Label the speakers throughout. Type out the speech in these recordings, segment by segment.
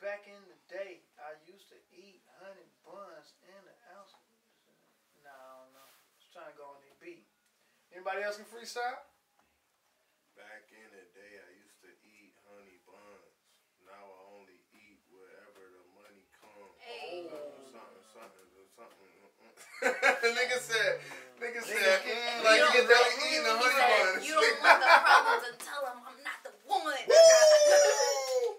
Speaker 1: Back in the day, I used to eat honey buns and an ounce. of- No, I don't know. Just trying to go on the beat. Anybody else can freestyle?
Speaker 2: Back in the day, I used to eat honey buns. Now I only eat wherever the money comes.
Speaker 3: Hey.
Speaker 2: Something, something, something. something. nigga said, nigga said,
Speaker 1: Nigga,
Speaker 2: mm, like you
Speaker 1: you don't
Speaker 2: can barely eat a
Speaker 3: He
Speaker 2: honey
Speaker 3: said,
Speaker 2: bun.
Speaker 3: you don't want the problems and tell him I'm not the one.
Speaker 2: Woo!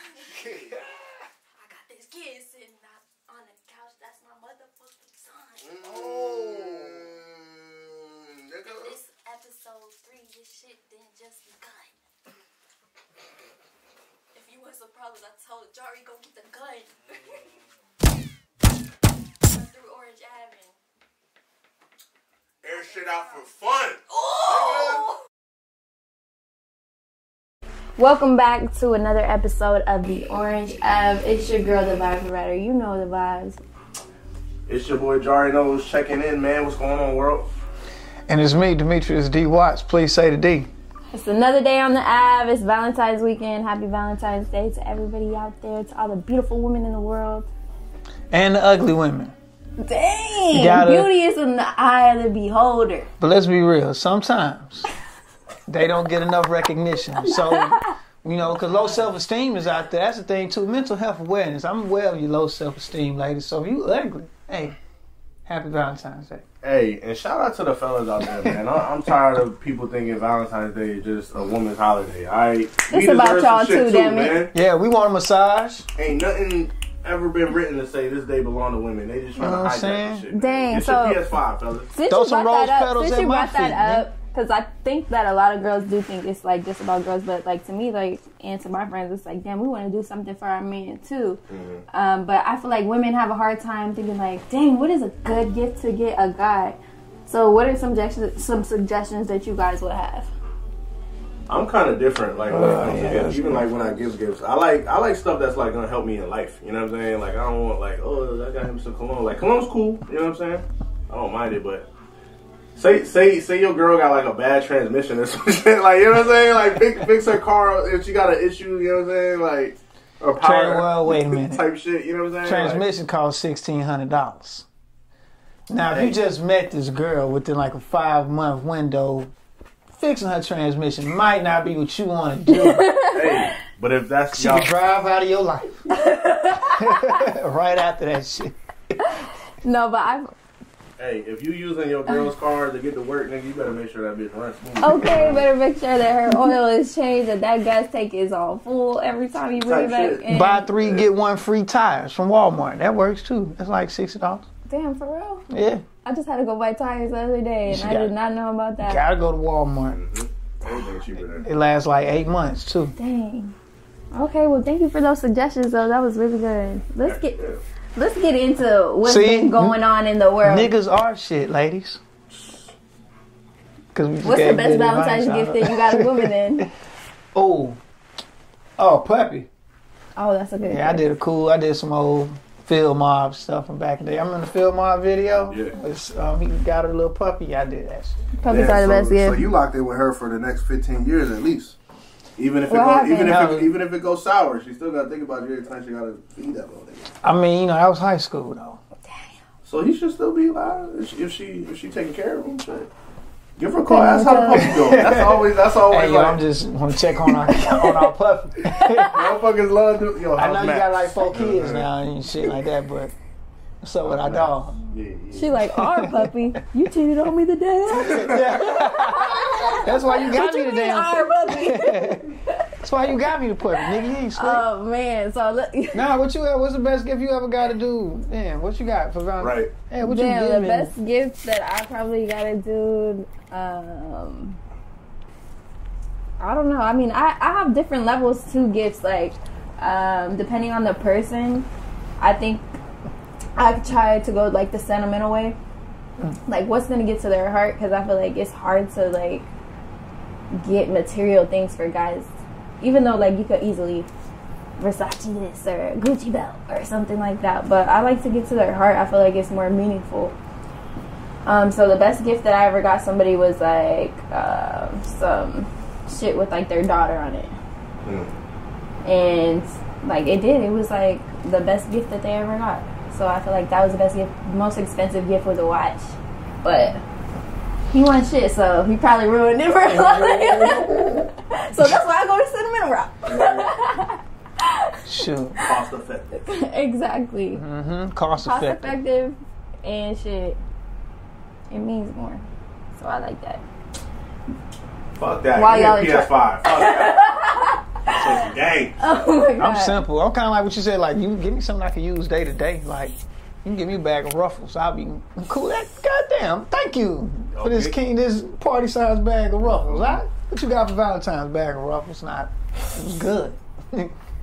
Speaker 3: I got these kids sitting out on the couch. That's my motherfucking son.
Speaker 2: Mm, nigga.
Speaker 3: This episode three, this shit didn't just begun. If you want some problems, I told Jari go get the gun. Run through Orange Avenue.
Speaker 2: Air shit out for fun.
Speaker 3: Oh. Ooh!
Speaker 4: Welcome back to another episode of the Orange of It's your girl, the Vibe Provider. You know the vibes.
Speaker 2: It's your boy Jari Knows checking in, man. What's going on, world?
Speaker 5: And it's me, Demetrius D. Watts. Please say the D.
Speaker 4: It's another day on the Ave. It's Valentine's weekend. Happy Valentine's Day to everybody out there, to all the beautiful women in the world.
Speaker 5: And the ugly women.
Speaker 4: Dang,
Speaker 5: gotta-
Speaker 4: beauty is in the eye of the beholder.
Speaker 5: But let's be real, sometimes they don't get enough recognition. So, you know, because low self esteem is out there. That's the thing, too. Mental health awareness. I'm aware of your low self esteem, ladies. So if you ugly, hey, happy Valentine's Day.
Speaker 6: Hey, and shout out to the fellas out there, man. I- I'm tired of people thinking Valentine's Day is just a woman's holiday. All right,
Speaker 4: It's about y'all too, damn it.
Speaker 5: Yeah, we want a massage.
Speaker 6: Ain't nothing ever been written to say this day belong to women. They just trying
Speaker 5: Know what
Speaker 6: to
Speaker 5: I'm
Speaker 6: hijack the
Speaker 5: saying?
Speaker 6: shit. man.
Speaker 4: Dang,
Speaker 6: Get
Speaker 4: so-
Speaker 6: your PS5, fellas.
Speaker 4: Since
Speaker 5: Throw
Speaker 4: you
Speaker 5: some
Speaker 4: brought
Speaker 5: rose
Speaker 4: that up,
Speaker 5: petals
Speaker 4: since
Speaker 5: at
Speaker 4: you
Speaker 5: my
Speaker 4: brought
Speaker 5: feet,
Speaker 4: that
Speaker 5: man.
Speaker 4: up, because I think that a lot of girls do think it's like just about girls, but like to me, like and to my friends, it's like, damn, we want to do something for our man too.
Speaker 5: Mm-hmm.
Speaker 4: Um, but I feel like women have a hard time thinking like, dang, what is a good gift to get a guy? So what are some suggestions, some suggestions that you guys would have?
Speaker 6: I'm kind of different. Like when I give gifts, even like when I give gifts, I like I like stuff that's like gonna help me in life. You know what I'm saying? Like I don't want like oh I got him some cologne. Like cologne's cool. You know what I'm saying? I don't mind it, but say say say your girl got like a bad transmission or something. like you know what I'm saying? Like fix, fix her car if she got an issue. You know what I'm saying? Like or power
Speaker 5: Trans- well, wait a minute.
Speaker 6: type shit. You know what I'm saying? Like,
Speaker 5: Transmission costs $1,600. Now, if you just met this girl within like a five month window, fixing her transmission might not be what you want to do.
Speaker 6: hey, but if that's
Speaker 5: She
Speaker 6: y'all,
Speaker 5: can drive out of your life. right after that shit.
Speaker 4: No, but I
Speaker 6: hey, if you using your girl's car to get to work, nigga, you better make sure that bitch runs smooth.
Speaker 4: okay, better make sure that her oil is changed, that that gas tank is all full every time you bring
Speaker 6: Type
Speaker 4: it back.
Speaker 6: shit.
Speaker 4: in.
Speaker 5: Buy three, get one free tires from Walmart. That works too. That's like $60.
Speaker 4: Damn, for real.
Speaker 5: Yeah.
Speaker 4: I just had to go buy tires the other day, and
Speaker 5: She
Speaker 4: I
Speaker 5: got-
Speaker 4: did not know about that.
Speaker 5: Gotta go to Walmart.
Speaker 6: Mm-hmm. Everything cheaper than
Speaker 5: It lasts like eight months too.
Speaker 4: Dang. Okay, well, thank you for those suggestions, though. That was really good. Let's get let's get into what's
Speaker 5: See?
Speaker 4: been going on in the world.
Speaker 5: Niggas are shit, ladies. Cause we just
Speaker 4: What's the
Speaker 5: gave
Speaker 4: best
Speaker 5: good
Speaker 4: Valentine's
Speaker 5: advice.
Speaker 4: gift that you got a woman in?
Speaker 5: Oh. Oh, puppy.
Speaker 4: Oh, that's a good.
Speaker 5: Yeah, I did a cool. I did some old Phil Mob stuff from back in the day. I'm in the Phil Mob video.
Speaker 6: Yeah.
Speaker 5: It's, um, he got a little puppy. I did that. shit.
Speaker 4: Puppies
Speaker 2: Yeah,
Speaker 4: are the
Speaker 2: so,
Speaker 4: best
Speaker 2: so
Speaker 4: gift.
Speaker 2: you locked in with her for the next 15 years at least.
Speaker 6: Even if
Speaker 4: What
Speaker 6: it go, even if
Speaker 5: happened?
Speaker 6: it, even if it goes sour, she still got to think about you every time she got to feed that little nigga.
Speaker 5: I mean, you know, that was high school though.
Speaker 6: So he should still be alive if she if she, if she taking care of him. Shit. Give her a call. Ask how the puppy doing. That's always that's always
Speaker 5: Hey, yo, I'm
Speaker 6: like
Speaker 5: just want to check on our on our puppy.
Speaker 6: motherfuckers love do. Yo,
Speaker 5: I
Speaker 6: how's
Speaker 5: know you
Speaker 6: Max?
Speaker 5: got like four kids now and shit like that, but what's up with our dog?
Speaker 6: Yeah, yeah.
Speaker 4: She like our puppy. You cheated on me the day after.
Speaker 5: That's why you got
Speaker 4: What
Speaker 5: me
Speaker 4: you
Speaker 5: the
Speaker 4: mean
Speaker 5: damn.
Speaker 4: our puppy?
Speaker 5: That's why you got me the puppy, nigga. You ain't slick.
Speaker 4: oh man, so look.
Speaker 5: nah, what you? uh, What's the best gift you ever got to do? Damn, what you got for Valentine's?
Speaker 6: Right.
Speaker 5: Hey, what you
Speaker 4: Damn,
Speaker 5: giving?
Speaker 4: the best gift that I probably got a dude. Um, I don't know. I mean, I, I have different levels to gifts. Like, um, depending on the person, I think I could try to go like the sentimental way.
Speaker 5: Mm.
Speaker 4: Like, what's gonna get to their heart? Because I feel like it's hard to like get material things for guys, even though like you could easily Versace this or Gucci belt or something like that. But I like to get to their heart. I feel like it's more meaningful. Um, so the best gift that I ever got somebody was like um some shit with like their daughter on it, and like it did. It was like the best gift that they ever got. So I feel like that was the best gift, most expensive gift was a watch. But he won shit, so he probably ruined it for a lot of So that's why I go to cinnamon rock.
Speaker 5: Shoot.
Speaker 6: Cost effective.
Speaker 4: exactly.
Speaker 5: Mm-hmm. Cost,
Speaker 4: Cost
Speaker 5: effective.
Speaker 4: effective and shit. It means more. So I like that.
Speaker 6: Fuck that.
Speaker 4: While
Speaker 6: Give me
Speaker 4: y'all in
Speaker 6: a PS5. Fuck that. That's some game.
Speaker 4: Oh my god.
Speaker 5: I'm simple. I'm kind of like what you said. Like you give me something I can use day to day. Like you give me a bag of Ruffles, I'll be cool. That goddamn. Thank you for this
Speaker 6: Okay.
Speaker 5: king, this party size bag of Ruffles. I, what you got for Valentine's bag of Ruffles? Not it was good.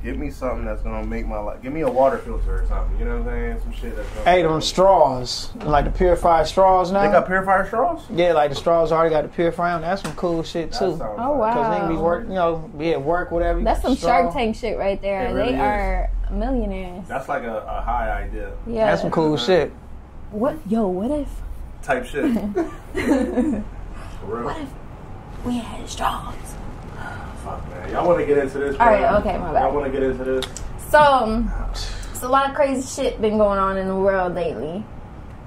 Speaker 6: Give me something that's gonna make my life. Give me a water filter or something. You know what I'm saying? Some shit that's. Gonna
Speaker 5: hey, them straws, like the purified straws now.
Speaker 6: They got purifier straws.
Speaker 5: yeah, like the straws already got the purifier. on. That's some cool shit
Speaker 6: That
Speaker 5: too.
Speaker 6: sounds
Speaker 4: Oh
Speaker 6: like-
Speaker 4: wow.
Speaker 5: Cause they can be work, you know, be at work, whatever.
Speaker 4: That's some
Speaker 5: straw.
Speaker 4: Shark Tank shit right there.
Speaker 6: It really
Speaker 4: they
Speaker 6: is.
Speaker 4: are millionaires.
Speaker 6: That's like a, a high idea
Speaker 4: Yeah.
Speaker 5: That's some cool shit.
Speaker 4: What? Yo, what if
Speaker 6: type shit. For real.
Speaker 3: We had straws.
Speaker 6: Fuck man. Y'all want to get into this?
Speaker 4: All right,
Speaker 6: man?
Speaker 4: okay, my bad.
Speaker 6: Y'all want to get into this?
Speaker 4: So, um, it's a lot of crazy shit been going on in the world lately.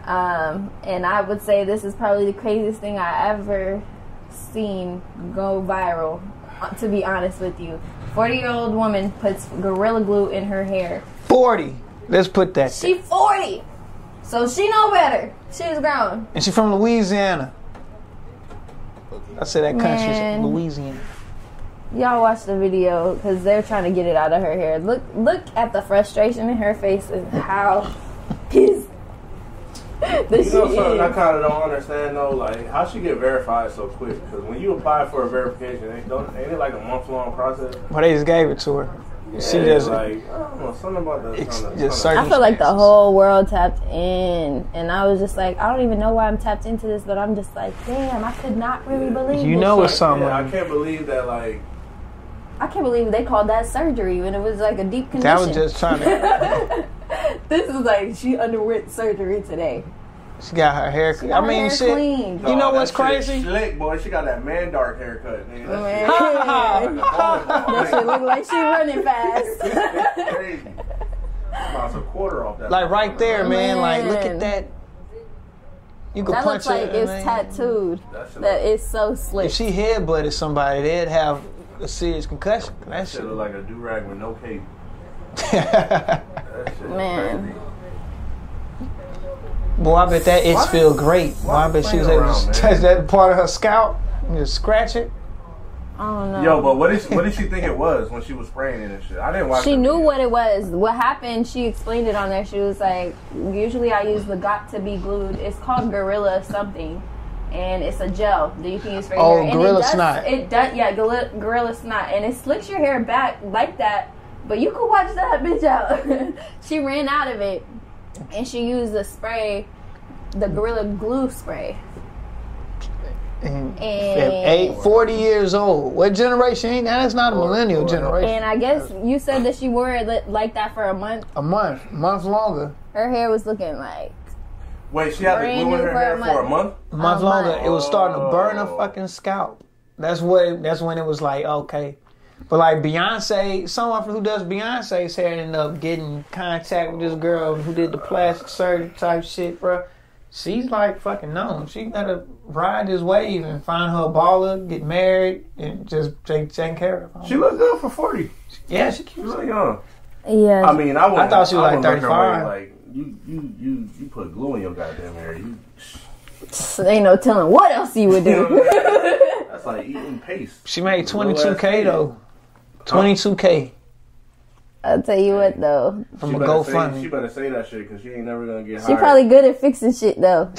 Speaker 4: Um, and I would say this is probably the craziest thing I ever seen go viral, uh, to be honest with you. 40 year old woman puts Gorilla Glue in her hair.
Speaker 5: Forty. Let's put that.
Speaker 4: She 40! So she know better. She was grown.
Speaker 5: And she's from Louisiana. I said that country,
Speaker 4: Man.
Speaker 5: Louisiana.
Speaker 4: Y'all watch the video because they're trying to get it out of her hair. Look, look at the frustration in her face and how pissed that
Speaker 6: You
Speaker 4: she
Speaker 6: know something I
Speaker 4: is.
Speaker 6: kind of don't understand though, like how she get verified so quick? Because when you apply for a verification, ain't, don't, ain't it like a month long process?
Speaker 5: But they just gave it to her. she
Speaker 6: Yeah,
Speaker 5: just
Speaker 6: like I don't know something about that.
Speaker 5: It's
Speaker 6: kinda-
Speaker 5: just
Speaker 6: kinda-
Speaker 4: I feel like the whole world tapped in, and I was just like, I don't even know why I'm tapped into this, but I'm just like, damn, I could not really believe.
Speaker 5: You
Speaker 4: this
Speaker 5: know
Speaker 4: shit.
Speaker 5: it's something.
Speaker 6: Yeah, I can't believe that. Like
Speaker 4: I can't believe they called that surgery when it was like a deep condition.
Speaker 5: that was just trying to.
Speaker 4: this is like she underwent surgery today.
Speaker 5: She got her hair.
Speaker 4: She
Speaker 5: clean.
Speaker 4: got
Speaker 5: I
Speaker 4: her
Speaker 5: mean,
Speaker 4: hair
Speaker 5: shit.
Speaker 4: cleaned.
Speaker 5: You know
Speaker 6: nah,
Speaker 5: what's
Speaker 6: that shit is
Speaker 5: crazy?
Speaker 6: Slick boy, she got that man dark haircut. Nigga. That shit-
Speaker 4: Man,
Speaker 6: that
Speaker 4: that
Speaker 6: shit
Speaker 4: shit look like she running fast.
Speaker 6: crazy. About a quarter off that.
Speaker 5: Like right there, man. Like look
Speaker 4: Man.
Speaker 5: at that. You could
Speaker 4: That looks
Speaker 5: punch
Speaker 4: like
Speaker 5: her.
Speaker 4: it's
Speaker 5: man.
Speaker 4: tattooed.
Speaker 6: That shit
Speaker 4: That
Speaker 6: look,
Speaker 4: is so slick.
Speaker 5: If she headbutted somebody, they'd have a serious concussion. That
Speaker 6: shit
Speaker 5: shit.
Speaker 6: look like a do rag with no cape. That shit look
Speaker 4: Man.
Speaker 6: crazy.
Speaker 5: Boy, I bet that itch
Speaker 6: Why-
Speaker 5: feel great. Boy,
Speaker 6: why
Speaker 5: I bet she
Speaker 6: playing
Speaker 5: was able
Speaker 6: around,
Speaker 5: to
Speaker 6: man?
Speaker 5: touch that part of her scalp and just scratch it.
Speaker 4: I don't know.
Speaker 6: Yo, but what did she, what did she think it was when she was spraying it and shit? I didn't watch.
Speaker 4: She
Speaker 6: the
Speaker 4: knew
Speaker 6: video.
Speaker 4: what it was. What happened, she explained it on there. She was like, usually I use the got to be glued. It's called Gorilla something. And it's a gel that you can use for your
Speaker 5: Oh,
Speaker 4: hair. And
Speaker 5: Gorilla
Speaker 4: it does,
Speaker 5: Snot.
Speaker 4: It does, yeah, gorilla, gorilla snot. And it slicks your hair back like that. But you could watch that bitch out. she ran out of it. And she used the spray, the Gorilla Glue spray.
Speaker 5: And
Speaker 4: And, eh,
Speaker 5: at eight, 40 years old. What generation ain't that? That's not a millennial generation.
Speaker 4: Oh, and I guess you said that she wore it li- like that for a month.
Speaker 5: A month, month longer.
Speaker 4: Her hair was looking like
Speaker 6: Wait, she had the
Speaker 4: Brand
Speaker 6: glue in
Speaker 4: new
Speaker 6: her hair
Speaker 4: for a
Speaker 6: for a
Speaker 4: month.
Speaker 6: month.
Speaker 5: A month
Speaker 4: A
Speaker 5: longer.
Speaker 4: month.
Speaker 5: It was starting to burn her
Speaker 6: Oh.
Speaker 5: fucking scalp. That's what. That's when it was like okay. But like Beyonce, someone who does Beyonce's hair ended up getting in contact with this girl who did the plastic surgery type shit, bruh. She's like fucking known. She gotta ride this wave and find her a baller, get married, and just take, take care of her.
Speaker 6: She looked good for forty.
Speaker 5: yeah, she
Speaker 6: She
Speaker 5: cute.
Speaker 6: looked young.
Speaker 4: yeah.
Speaker 6: I mean, I, wouldn't-
Speaker 5: thought she was
Speaker 6: I
Speaker 5: like
Speaker 6: wouldn't look her way,
Speaker 5: 35.
Speaker 6: Like you, you, you, you put glue in your goddamn hair. You,
Speaker 4: So ain't no telling what else you would
Speaker 6: you know
Speaker 4: do.
Speaker 6: what I'm saying? That's like eating paste.
Speaker 5: She made
Speaker 6: Little
Speaker 5: twenty
Speaker 6: ass
Speaker 5: two k
Speaker 6: kid.
Speaker 5: though. Twenty two k
Speaker 4: I'll tell you what though.
Speaker 5: from
Speaker 6: She
Speaker 5: a
Speaker 6: better, say, she
Speaker 5: GoFundMe.
Speaker 6: better say that shit because she ain't never gonna get
Speaker 4: She
Speaker 6: hired.
Speaker 4: probably good at fixing shit though.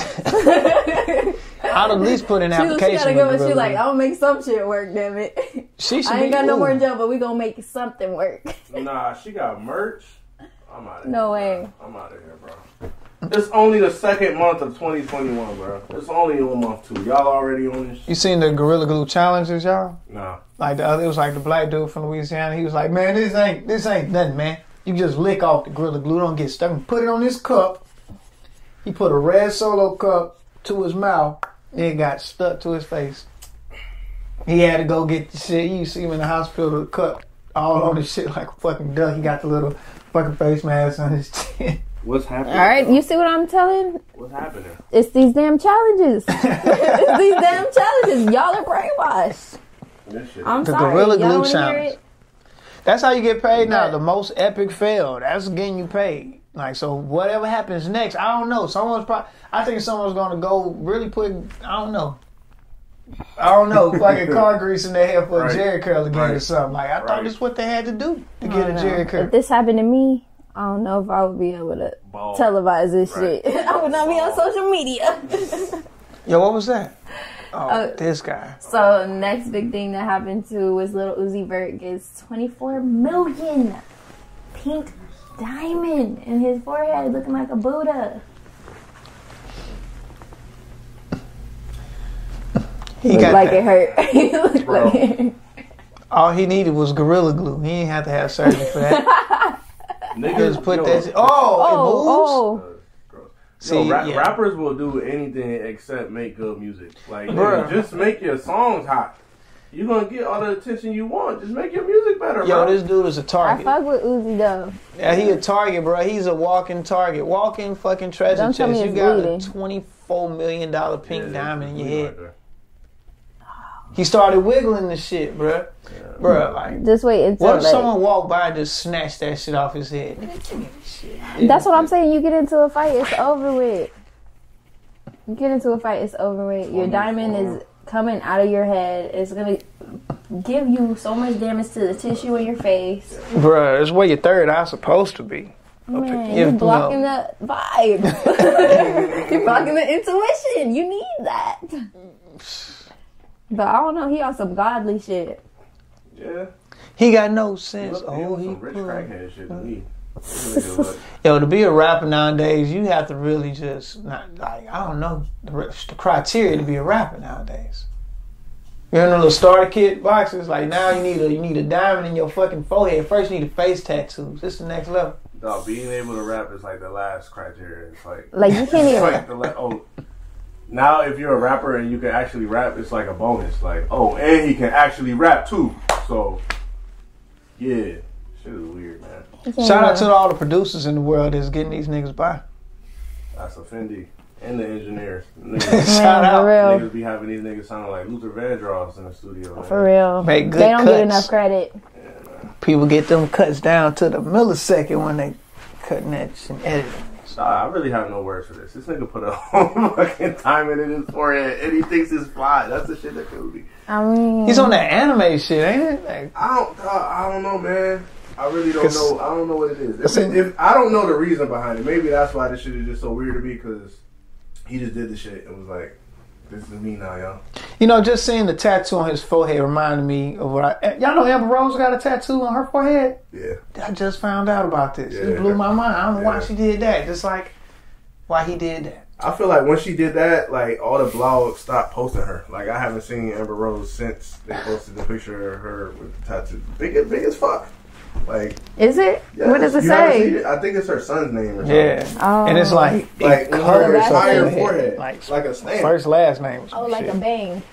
Speaker 5: I'd at least put an
Speaker 4: She, she
Speaker 5: application.
Speaker 4: gotta
Speaker 5: in
Speaker 4: go and she
Speaker 5: Gorilla.
Speaker 4: like, I'll make some shit work, damn it.
Speaker 5: she should
Speaker 4: I ain't
Speaker 5: be-
Speaker 4: got no more
Speaker 5: ooh.
Speaker 4: job, but we gonna make something work.
Speaker 6: Nah, she got merch. I'm out of here.
Speaker 4: No way.
Speaker 6: I'm out of here, bro. It's only the second month of 2021, bro. It's only one month too. Y'all already on this. Shit?
Speaker 5: You seen the Gorilla Glue challenges, y'all?
Speaker 6: Nah.
Speaker 5: Like the other, it was like the black dude from Louisiana. He was like, "Man, this ain't this ain't nothing, man. You just lick off the Gorilla Glue, don't get stuck, and put it on this cup." He put a red solo cup to his mouth, and it got stuck to his face. He had to go get the shit. You see him in the hospital with a cup all on his shit like a fucking duck. He got the little fucking face mask on his chin.
Speaker 6: What's happening?
Speaker 4: All right, you see what I'm telling?
Speaker 6: What's happening?
Speaker 4: It's these damn challenges. it's these damn challenges. Y'all are brainwashed.
Speaker 6: This shit.
Speaker 4: I'm
Speaker 5: The
Speaker 4: sorry.
Speaker 5: Gorilla
Speaker 4: Y'all
Speaker 5: Glue
Speaker 4: wanna hear
Speaker 5: challenge.
Speaker 4: it?
Speaker 5: That's how you get paid now.
Speaker 4: Right.
Speaker 5: The most epic fail. That's getting you paid. Like so, whatever happens next, I don't know. Someone's probably. I think someone's gonna go really put. I don't know. I don't know. Fucking car grease in their hair for
Speaker 6: Right.
Speaker 5: a Jerry curl again or
Speaker 6: Right.
Speaker 5: something. Like I
Speaker 6: Right.
Speaker 5: thought this what they had to do to
Speaker 4: I
Speaker 5: get a
Speaker 4: don't
Speaker 5: Jerry
Speaker 4: know.
Speaker 5: curl.
Speaker 4: If this happened to me, I don't know if I would be able to
Speaker 6: Ball.
Speaker 4: televise this
Speaker 6: Right.
Speaker 4: shit. I would not be on
Speaker 6: Ball.
Speaker 4: social media.
Speaker 5: Yo, what was that? Oh,
Speaker 4: Uh,
Speaker 5: this guy.
Speaker 4: so next big thing that happened to was little Uzi Vert gets 24 million pink diamond in his forehead, looking like a Buddha.
Speaker 5: He
Speaker 4: Looked
Speaker 5: got
Speaker 4: like
Speaker 5: that.
Speaker 4: it hurt. He looked
Speaker 6: Bro.
Speaker 4: like it hurt.
Speaker 5: All he needed was gorilla glue. He didn't have to have surgery for that. Just
Speaker 6: Niggas
Speaker 5: put
Speaker 6: yo,
Speaker 5: that. shit- Oh, it moves.
Speaker 4: Oh, oh.
Speaker 6: yo, rap,
Speaker 5: yeah.
Speaker 6: rappers will do anything except make good music. Like,
Speaker 5: Bruh.
Speaker 6: nigga, just make your songs hot. You're gonna get all the attention you want. Just make your music better,
Speaker 5: Yo,
Speaker 6: bro.
Speaker 5: this dude is a
Speaker 4: oh. I
Speaker 5: target.
Speaker 4: fuck with Uzi though.
Speaker 5: Yeah, he a target, bro. He's a walking target, walking fucking treasure
Speaker 4: Don't
Speaker 5: chest.
Speaker 4: tell me
Speaker 5: You
Speaker 4: it's
Speaker 5: got
Speaker 4: bleeding.
Speaker 5: a twenty-four million dollar pink
Speaker 6: Yeah,
Speaker 5: diamond in your
Speaker 6: right
Speaker 5: head.
Speaker 6: there.
Speaker 5: He started wiggling the shit, bro. Bro, like,
Speaker 4: Just wait until
Speaker 5: what if
Speaker 4: like-
Speaker 5: someone walked by and just snatched that shit off his head? Nigga, give me this shit.
Speaker 4: That's what I'm saying. You get into a fight, it's over with. You get into a fight, it's over with. Your diamond is coming out of your head. It's gonna give you so much damage to the tissue in your face.
Speaker 5: bro. It's where your third eye supposed to be.
Speaker 4: Man,
Speaker 5: if-
Speaker 4: you're
Speaker 5: no.
Speaker 4: blocking the vibe. you're blocking the intuition. You need that. But I don't know. He on some godly shit.
Speaker 6: Yeah.
Speaker 5: He got no sense.
Speaker 6: he
Speaker 5: Oh,
Speaker 6: was
Speaker 5: he
Speaker 6: some rich
Speaker 5: poor.
Speaker 6: crackhead shit to me. This nigga look-
Speaker 5: Yo, to be a rapper nowadays, you have to really just not like I don't know the, r- the criteria to be a rapper nowadays. You're in the little starter kit boxes. Like now, you need a you need a diamond in your fucking forehead. First, you need a face tattoos. It's the next level.
Speaker 6: Dog, being able to rap is like the last criteria. It's like,
Speaker 4: Like you can't
Speaker 6: it's
Speaker 4: even.
Speaker 6: like the la- oh. Now, if you're a rapper and you can actually rap, it's like a bonus. Like, oh, and he can actually rap too. So, yeah, shit is weird, man.
Speaker 4: you can't
Speaker 5: Shout
Speaker 4: even-
Speaker 5: out to all the producers in the world that's getting these niggas by.
Speaker 6: That's a Fendi and the engineers.
Speaker 5: Shout
Speaker 6: Niggas,
Speaker 5: out.
Speaker 4: for real.
Speaker 6: niggas be having these niggas sounding like Luther Vandross in the studio. man.
Speaker 4: For real.
Speaker 5: Make good
Speaker 4: they don't get
Speaker 5: cuts.
Speaker 4: enough credit.
Speaker 5: People get them cuts down to the millisecond when they cutting that shit and editing.
Speaker 6: Nah, I really have no words for this. This nigga put a whole fucking time in his forehead, and he thinks it's fly. That's the shit that killed me.
Speaker 4: I mean,
Speaker 5: He's on that anime shit, ain't it? Like,
Speaker 6: I don't. Uh, I don't know, man. I really don't
Speaker 5: 'Cause-
Speaker 6: know. I don't know what it is. If, if, I don't know the reason behind it, maybe that's why this shit is just so weird to me. Because he just did the shit and was like, "This is me now, y'all."
Speaker 5: you know, just seeing the tattoo on his forehead reminded me of what I. eh, Y'all know Amber Rose got a tattoo on her forehead.
Speaker 6: Yeah.
Speaker 5: I just found out about this.
Speaker 6: Yeah.
Speaker 5: It blew my mind. I don't know why
Speaker 6: Yeah.
Speaker 5: she did that. Just like why he did that.
Speaker 6: I feel like when she did that, like all the blogs stopped posting her. Like I haven't seen Amber Rose since they posted the picture of her with the tattoo. Big, as- big as fuck. Like,
Speaker 4: is it?
Speaker 6: yes.
Speaker 4: what does it
Speaker 6: You haven't seen
Speaker 4: say?
Speaker 6: it? I think it's her son's name. Or something.
Speaker 5: Yeah.
Speaker 4: Oh.
Speaker 5: and it's like
Speaker 6: like
Speaker 5: it curves
Speaker 6: her
Speaker 4: that's
Speaker 5: up
Speaker 6: entire
Speaker 5: her
Speaker 4: it.
Speaker 5: head.
Speaker 6: forehead,
Speaker 5: Like,
Speaker 6: like, like a snake.
Speaker 5: first last name. or some
Speaker 4: Oh, like
Speaker 5: shit.
Speaker 4: a bang.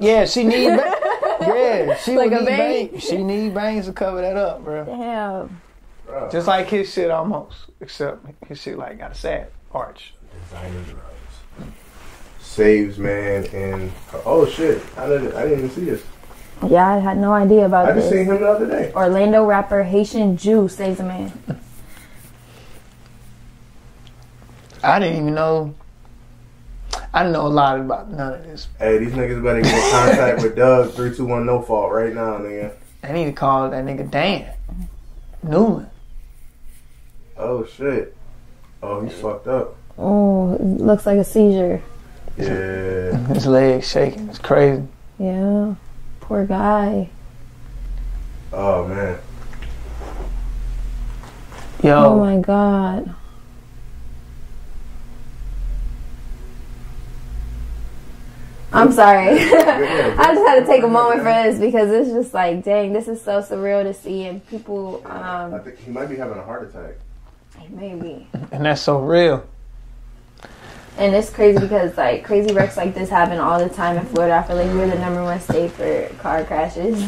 Speaker 5: yeah. She need. ba- yeah. She
Speaker 4: Like
Speaker 5: would
Speaker 4: a
Speaker 5: need
Speaker 4: vein?
Speaker 5: bangs. She need bangs to cover that up, bro.
Speaker 4: Damn.
Speaker 6: Bruh.
Speaker 5: Just like his shit almost, except his shit like got a sad arch.
Speaker 6: Designer drugs. Saves man and oh shit! I didn't I didn't even see this.
Speaker 4: Yeah, I had no idea about
Speaker 6: I just
Speaker 4: this.
Speaker 6: seen him the other day.
Speaker 4: Orlando rapper Haitian Jew saves a man.
Speaker 5: I didn't even know. I didn't know a lot about none of this.
Speaker 6: Hey, these niggas better get in contact with Doug three two one no fault right now, nigga.
Speaker 5: I need to call that nigga Dan Newman.
Speaker 6: Oh shit! Oh, he's fucked up.
Speaker 4: Oh, looks like a seizure.
Speaker 6: Yeah.
Speaker 5: His legs shaking. It's crazy.
Speaker 4: Yeah. Poor guy.
Speaker 6: Oh man.
Speaker 5: Yo.
Speaker 4: Oh, my god. I'm sorry. I just had to take a moment for this because it's just like, dang, this is so surreal to see and people
Speaker 6: I
Speaker 4: um
Speaker 6: think he might be having a heart attack.
Speaker 4: maybe
Speaker 5: And that's so real.
Speaker 4: And it's crazy because like crazy wrecks like this happen all the time in Florida. I feel like we're the number one state for car crashes.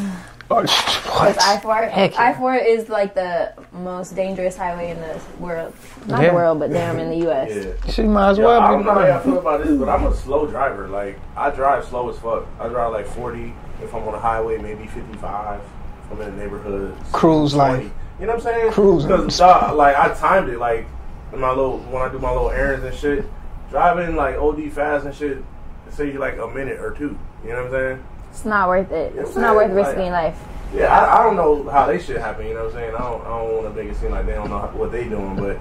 Speaker 5: Oh,
Speaker 4: Because
Speaker 5: What?
Speaker 4: I four
Speaker 5: Heck yeah.
Speaker 4: I four is like the most dangerous highway in the world. Not
Speaker 5: Yeah.
Speaker 4: the world, but damn, in the U.S.
Speaker 6: Yeah.
Speaker 5: She might as
Speaker 6: Yo,
Speaker 5: well
Speaker 6: I
Speaker 5: be
Speaker 6: don't
Speaker 5: the
Speaker 6: know how y'all
Speaker 5: one.
Speaker 6: feel about this, but I'm a slow driver. Like I drive slow as fuck. I drive like 40 if I'm on a highway, maybe 55 if I'm in a neighborhood.
Speaker 5: Cruise
Speaker 6: 40.
Speaker 5: life.
Speaker 6: You know what I'm saying?
Speaker 5: Cruising.
Speaker 6: Because uh, like I timed it like in my little when I do my little errands and shit. Driving like OD fast and shit, it saves you like a minute or two. You know what I'm saying?
Speaker 4: It's not worth it. It's
Speaker 6: Yeah,
Speaker 4: not worth
Speaker 6: like-
Speaker 4: risking life.
Speaker 6: Yeah, I, I don't know how they shit happen. You know what I'm saying? I don't, I don't want to make it seem like they don't know what they doing, but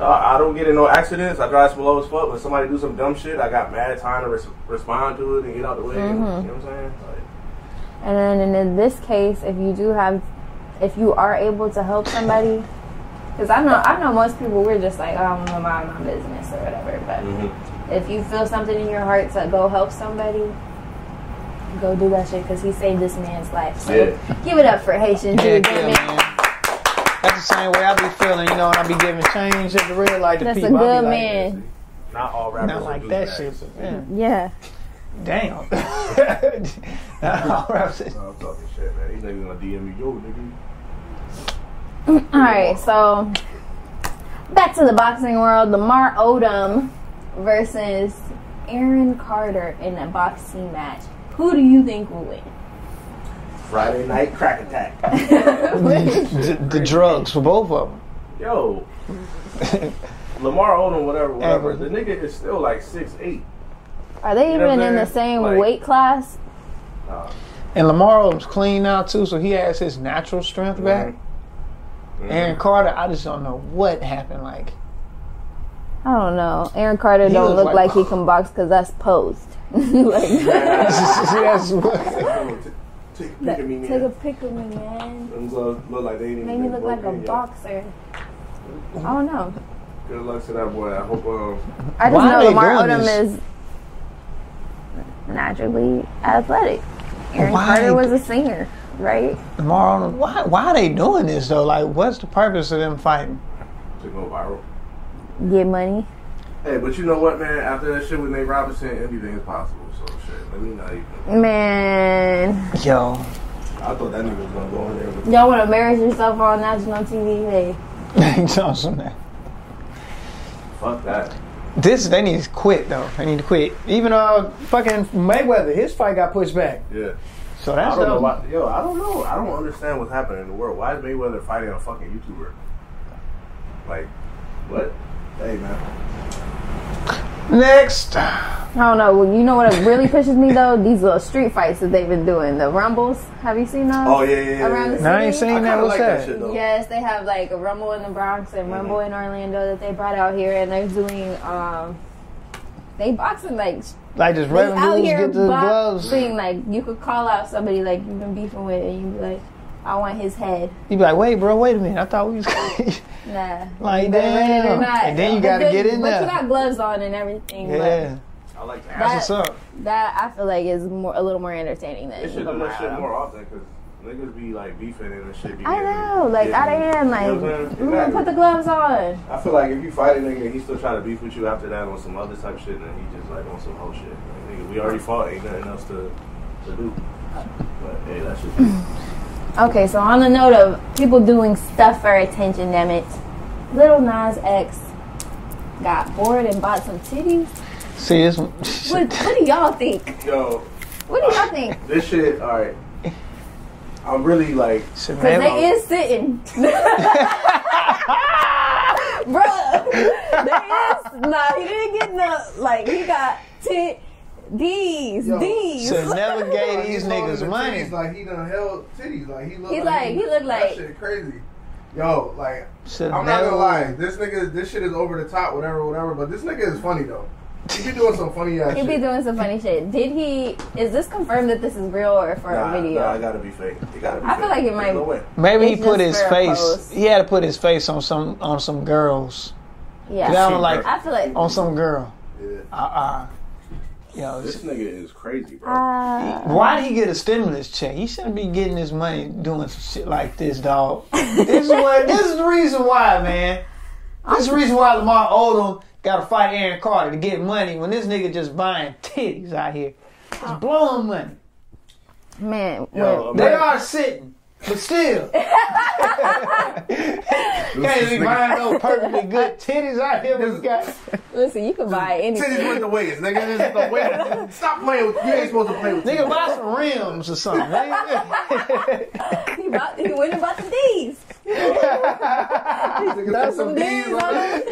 Speaker 6: uh, I don't get in no accidents. I drive slow as fuck. When somebody do some dumb shit, I got mad time to res- respond to it and get out the way. You know
Speaker 5: Mm-hmm.
Speaker 6: what I'm saying? Like,
Speaker 4: And then and in this case, if you do have, if you are able to help somebody, because I know I know most people we're just like, oh, I'm gonna mind my business or whatever. But
Speaker 6: Mm-hmm.
Speaker 4: if you feel something in your heart to go help somebody, go do that shit because he saved this man's life. So
Speaker 6: Yeah.
Speaker 4: give it up for Haitian
Speaker 5: Yeah,
Speaker 4: Jude,
Speaker 5: yeah,
Speaker 4: man.
Speaker 5: man. That's the same way I be feeling, you know, and I be giving change at the red light to
Speaker 4: That's a
Speaker 5: people. I be
Speaker 4: good
Speaker 5: like,
Speaker 4: man.
Speaker 6: not all rappers
Speaker 5: Not
Speaker 6: are
Speaker 5: like that
Speaker 6: douchebags.
Speaker 5: shit. but,
Speaker 4: Yeah.
Speaker 5: yeah. Damn. Not all rappers.
Speaker 6: No, I'm talking shit, man. These niggas gonna DM me, yo, nigga.
Speaker 4: All right, so back to the boxing world. Lamar Odom versus Aaron Carter in a boxing match. Who do you think will win?
Speaker 6: Friday night crack attack.
Speaker 5: the, the drugs for both of them.
Speaker 6: Yo, Lamar Odom, whatever, whatever.
Speaker 5: Average.
Speaker 6: The nigga is still like six eight.
Speaker 4: Are they
Speaker 6: You know
Speaker 4: even
Speaker 6: what I'm
Speaker 4: in the
Speaker 6: saying?
Speaker 4: same
Speaker 6: Like-
Speaker 4: weight class?
Speaker 5: And Lamar Odom's clean now too, so he has his natural strength back. Aaron Carter, I just don't know what happened. Like
Speaker 4: I don't know. Aaron Carter
Speaker 5: He
Speaker 4: don't
Speaker 5: look
Speaker 4: look
Speaker 5: like-
Speaker 4: like, he can box because that's posed. like,
Speaker 5: that's what-
Speaker 6: Take a pic of me, man.
Speaker 4: take a pic of me, man.
Speaker 6: Them gloves look like they didn't
Speaker 4: Make
Speaker 6: even
Speaker 4: me look like a
Speaker 6: broken yet.
Speaker 4: boxer. I don't know.
Speaker 6: Good luck to that boy. I hope. Um,
Speaker 4: I just
Speaker 5: Why are
Speaker 4: know
Speaker 5: they
Speaker 4: Lamar
Speaker 5: doing
Speaker 4: Odom
Speaker 5: this?
Speaker 4: is naturally athletic. Aaron
Speaker 5: Why?
Speaker 4: Carter was a singer, right?
Speaker 5: Lamar Odom, why why are they doing this though? Like what's the purpose of them fighting?
Speaker 6: to go viral.
Speaker 4: Get money.
Speaker 6: Hey, but you know what, man? After that shit with Nate Robinson, anything is possible. So shit, let me not even.
Speaker 4: Man,
Speaker 5: Yo.
Speaker 6: I thought that nigga was gonna go in there. With,
Speaker 4: y'all want to embarrass yourself on national TV? Hey,
Speaker 5: Johnson.
Speaker 6: fuck that.
Speaker 5: This they need to quit though. They need to quit. Even uh fucking Mayweather, his fight got pushed back.
Speaker 6: Yeah.
Speaker 5: So that's
Speaker 6: I don't know
Speaker 5: uh,
Speaker 6: why. Yo, I don't know. I don't understand what's happening in the world. Why is Mayweather fighting a fucking YouTuber? Like, what? Hey, man.
Speaker 5: next.
Speaker 4: I don't know. Well, you know what really pisses me though? These little street fights that they've been doing. The rumbles. Have you seen those?
Speaker 6: Oh yeah, yeah, yeah.
Speaker 4: Around
Speaker 6: yeah.
Speaker 4: the
Speaker 5: No, I ain't
Speaker 4: city?
Speaker 5: seen
Speaker 6: I
Speaker 5: that.
Speaker 6: kinda
Speaker 5: What's
Speaker 6: like
Speaker 5: that?
Speaker 6: that shit though.
Speaker 4: Yes, they have like a rumble in the Bronx and rumble in Orlando that they brought out here, and they're doing um, they boxing like
Speaker 5: Like just
Speaker 4: they
Speaker 5: random
Speaker 4: out
Speaker 5: dudes
Speaker 4: here
Speaker 5: get the gloves.
Speaker 4: boxing like you could call out somebody like you've been beefing with, and you be like, I want his head.
Speaker 5: You be like, wait, bro, wait a minute. I thought we was
Speaker 4: Nah,
Speaker 5: Like,
Speaker 4: you better run it or
Speaker 5: damn.
Speaker 4: not.
Speaker 5: And then you
Speaker 4: But
Speaker 5: gotta get in
Speaker 4: but
Speaker 5: there.
Speaker 4: you got gloves on and everything.
Speaker 5: yeah.
Speaker 6: I like that.
Speaker 4: That-
Speaker 5: What's up?
Speaker 4: But that I feel like is more a little more entertaining than
Speaker 6: They should do
Speaker 4: Lamar
Speaker 6: that shit
Speaker 4: Odom.
Speaker 6: more often because niggas be like beefing and shit. Be
Speaker 4: I
Speaker 6: getting-
Speaker 4: know, like
Speaker 6: getting-
Speaker 4: out of hand,
Speaker 6: You know
Speaker 4: like
Speaker 6: what I'm saying?
Speaker 4: we're gonna put the gloves on.
Speaker 6: I feel like if you fight a nigga and he still trying to beef with you after that on some other type of shit, then he just like on some whole shit. Like, nigga, we already fought, ain't nothing else to, to do. But hey, that's just.
Speaker 4: Okay, so on the note of people doing stuff for attention, damn it, Little Nas X got bored and bought some titties.
Speaker 5: See this one.
Speaker 4: What, what do y'all think?
Speaker 6: Yo,
Speaker 4: What do y'all think?
Speaker 6: this shit, alright. I'm really like.
Speaker 5: Shit,
Speaker 4: Cause
Speaker 5: man.
Speaker 4: they is sitting, bro. They is nah. He didn't get no like he got tit these these.
Speaker 5: Should never gave these niggas money.
Speaker 2: Like he done held titties. Like he look.
Speaker 4: He like- he look like-
Speaker 2: that shit crazy. Yo, like
Speaker 5: Should
Speaker 2: I'm not
Speaker 5: never-
Speaker 2: gonna lie, this nigga, this shit is over the top, whatever, whatever. But this nigga is funny though. He be doing some funny ass
Speaker 4: He be
Speaker 2: shit.
Speaker 4: doing some funny shit. Did he? Is this confirmed that this is real or for
Speaker 6: Nah,
Speaker 4: a video?
Speaker 6: nah, it gotta be fake. It gotta be
Speaker 4: I feel
Speaker 6: fake.
Speaker 4: like it
Speaker 6: There's
Speaker 4: might-
Speaker 6: No way.
Speaker 5: Maybe he
Speaker 4: It's
Speaker 5: put
Speaker 4: just
Speaker 5: his
Speaker 4: for a
Speaker 5: face.
Speaker 4: pose.
Speaker 5: He had to put his face on some on some girls.
Speaker 4: yeah.
Speaker 5: That one like
Speaker 4: I feel like
Speaker 5: on some girl.
Speaker 6: Yeah.
Speaker 5: Uh uh Yo,
Speaker 6: This nigga is crazy, bro.
Speaker 4: uh,
Speaker 5: why did he get a stimulus check? He shouldn't be getting his money doing some shit like this, dog. this is what. This is the reason why, man. This is the reason why Lamar Odom got to fight Aaron Carter to get money when this nigga just buying titties out here. It's blowing money.
Speaker 4: man.
Speaker 6: Yo,
Speaker 4: when-
Speaker 5: They are sitting. But still, can't be buying no perfectly good titties out here. But you got
Speaker 4: Listen, you can buy anything.
Speaker 2: Titties with the waist, nigga. This is the waist. Stop playing with. You ain't supposed to play with.
Speaker 5: nigga buy some rims or something. ain't it?
Speaker 4: He, bought, he went and bought the D's.
Speaker 2: Nigga,
Speaker 4: Throw
Speaker 2: put
Speaker 4: some
Speaker 2: beads
Speaker 4: D's on them.